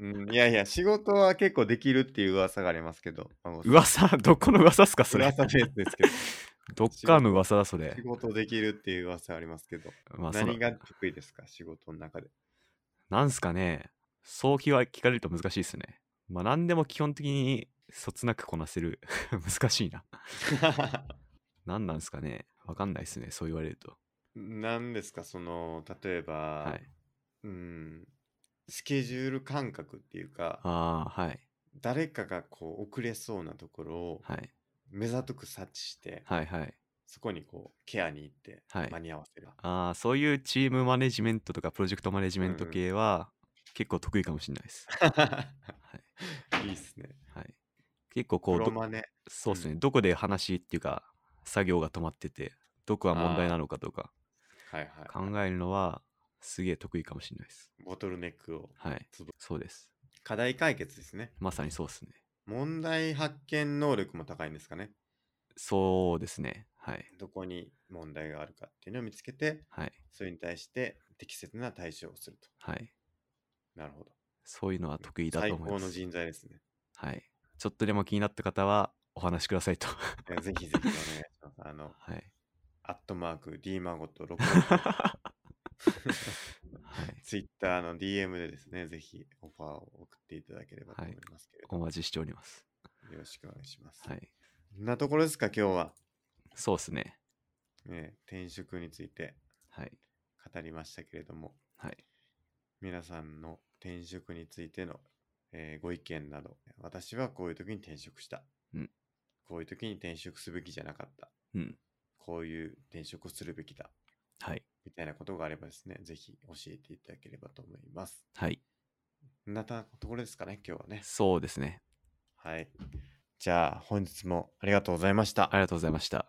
うん、いやいや、仕事は結構できるっていう噂がありますけど、孫さん噂、 どこの噂っすか、それ。噂ベース ですけどっからの噂だ、それど、仕。事できるっていう噂ありますけど、まあ、その何が得意ですか、仕事の中で。なんすかね、早期は聞かれると難しいですね。まあ、何でも基本的にそつなくこなせる。 難しいな。何なんすかね、わかんないですね、そう言われると。何ですか、その、例えば、はい。うん、スケジュール感覚っていうか、ああ、はい。誰かがこう遅れそうなところをはい。目ざとく察知して、はい、はい。そこにこうケアに行ってはい間に合わ せる。ああ、そういうチームマネジメントとかプロジェクトマネジメントうんうん系は結構得意かもしれないです。い、いっすね。はい。結構こプう、ロどマネ。そうですね、うどこで話っていうか、作業が止まってて、どこが問題なのかとかはい考はえるのはすげえ得意かもしれないです。い。ボトルネックを。はいつぶ。そうです。課題解決ですね。まさにそうですね。問題発見能力も高いんですかね。そうですね。はい。どこに問題があるかっていうのを見つけて、はい。それに対して適切な対処をすると。はい。なるほど。そういうのは得意だ最と思い高まのす。人材ですね。はい。ちょっとでも気になった方はお話しくだ さいと。えぜひぜひお願いし ます。あの、はい。アットマーク D マゴとはい。 Twitter の DM でですね、ぜひオファーを送っていただければとはい思いますけれどお待ちしております。よろしくお願いします。はい。こんなところですか、今日は。そうですね。ね、転職についてはい。語りましたけれども、はい。皆さんの転職についての、えーご意見など、私はこういう時に転職した、うんこういう時に転職すべきじゃなかった、うん。こういう転職をするべきだ、はい。みたいなことがあればですね、ぜひ教えていただければと思います。はい。こんなところですかね、今日はね。そうですね。はい。じゃあ、本日もありがとうございましたあ。りがとうございました。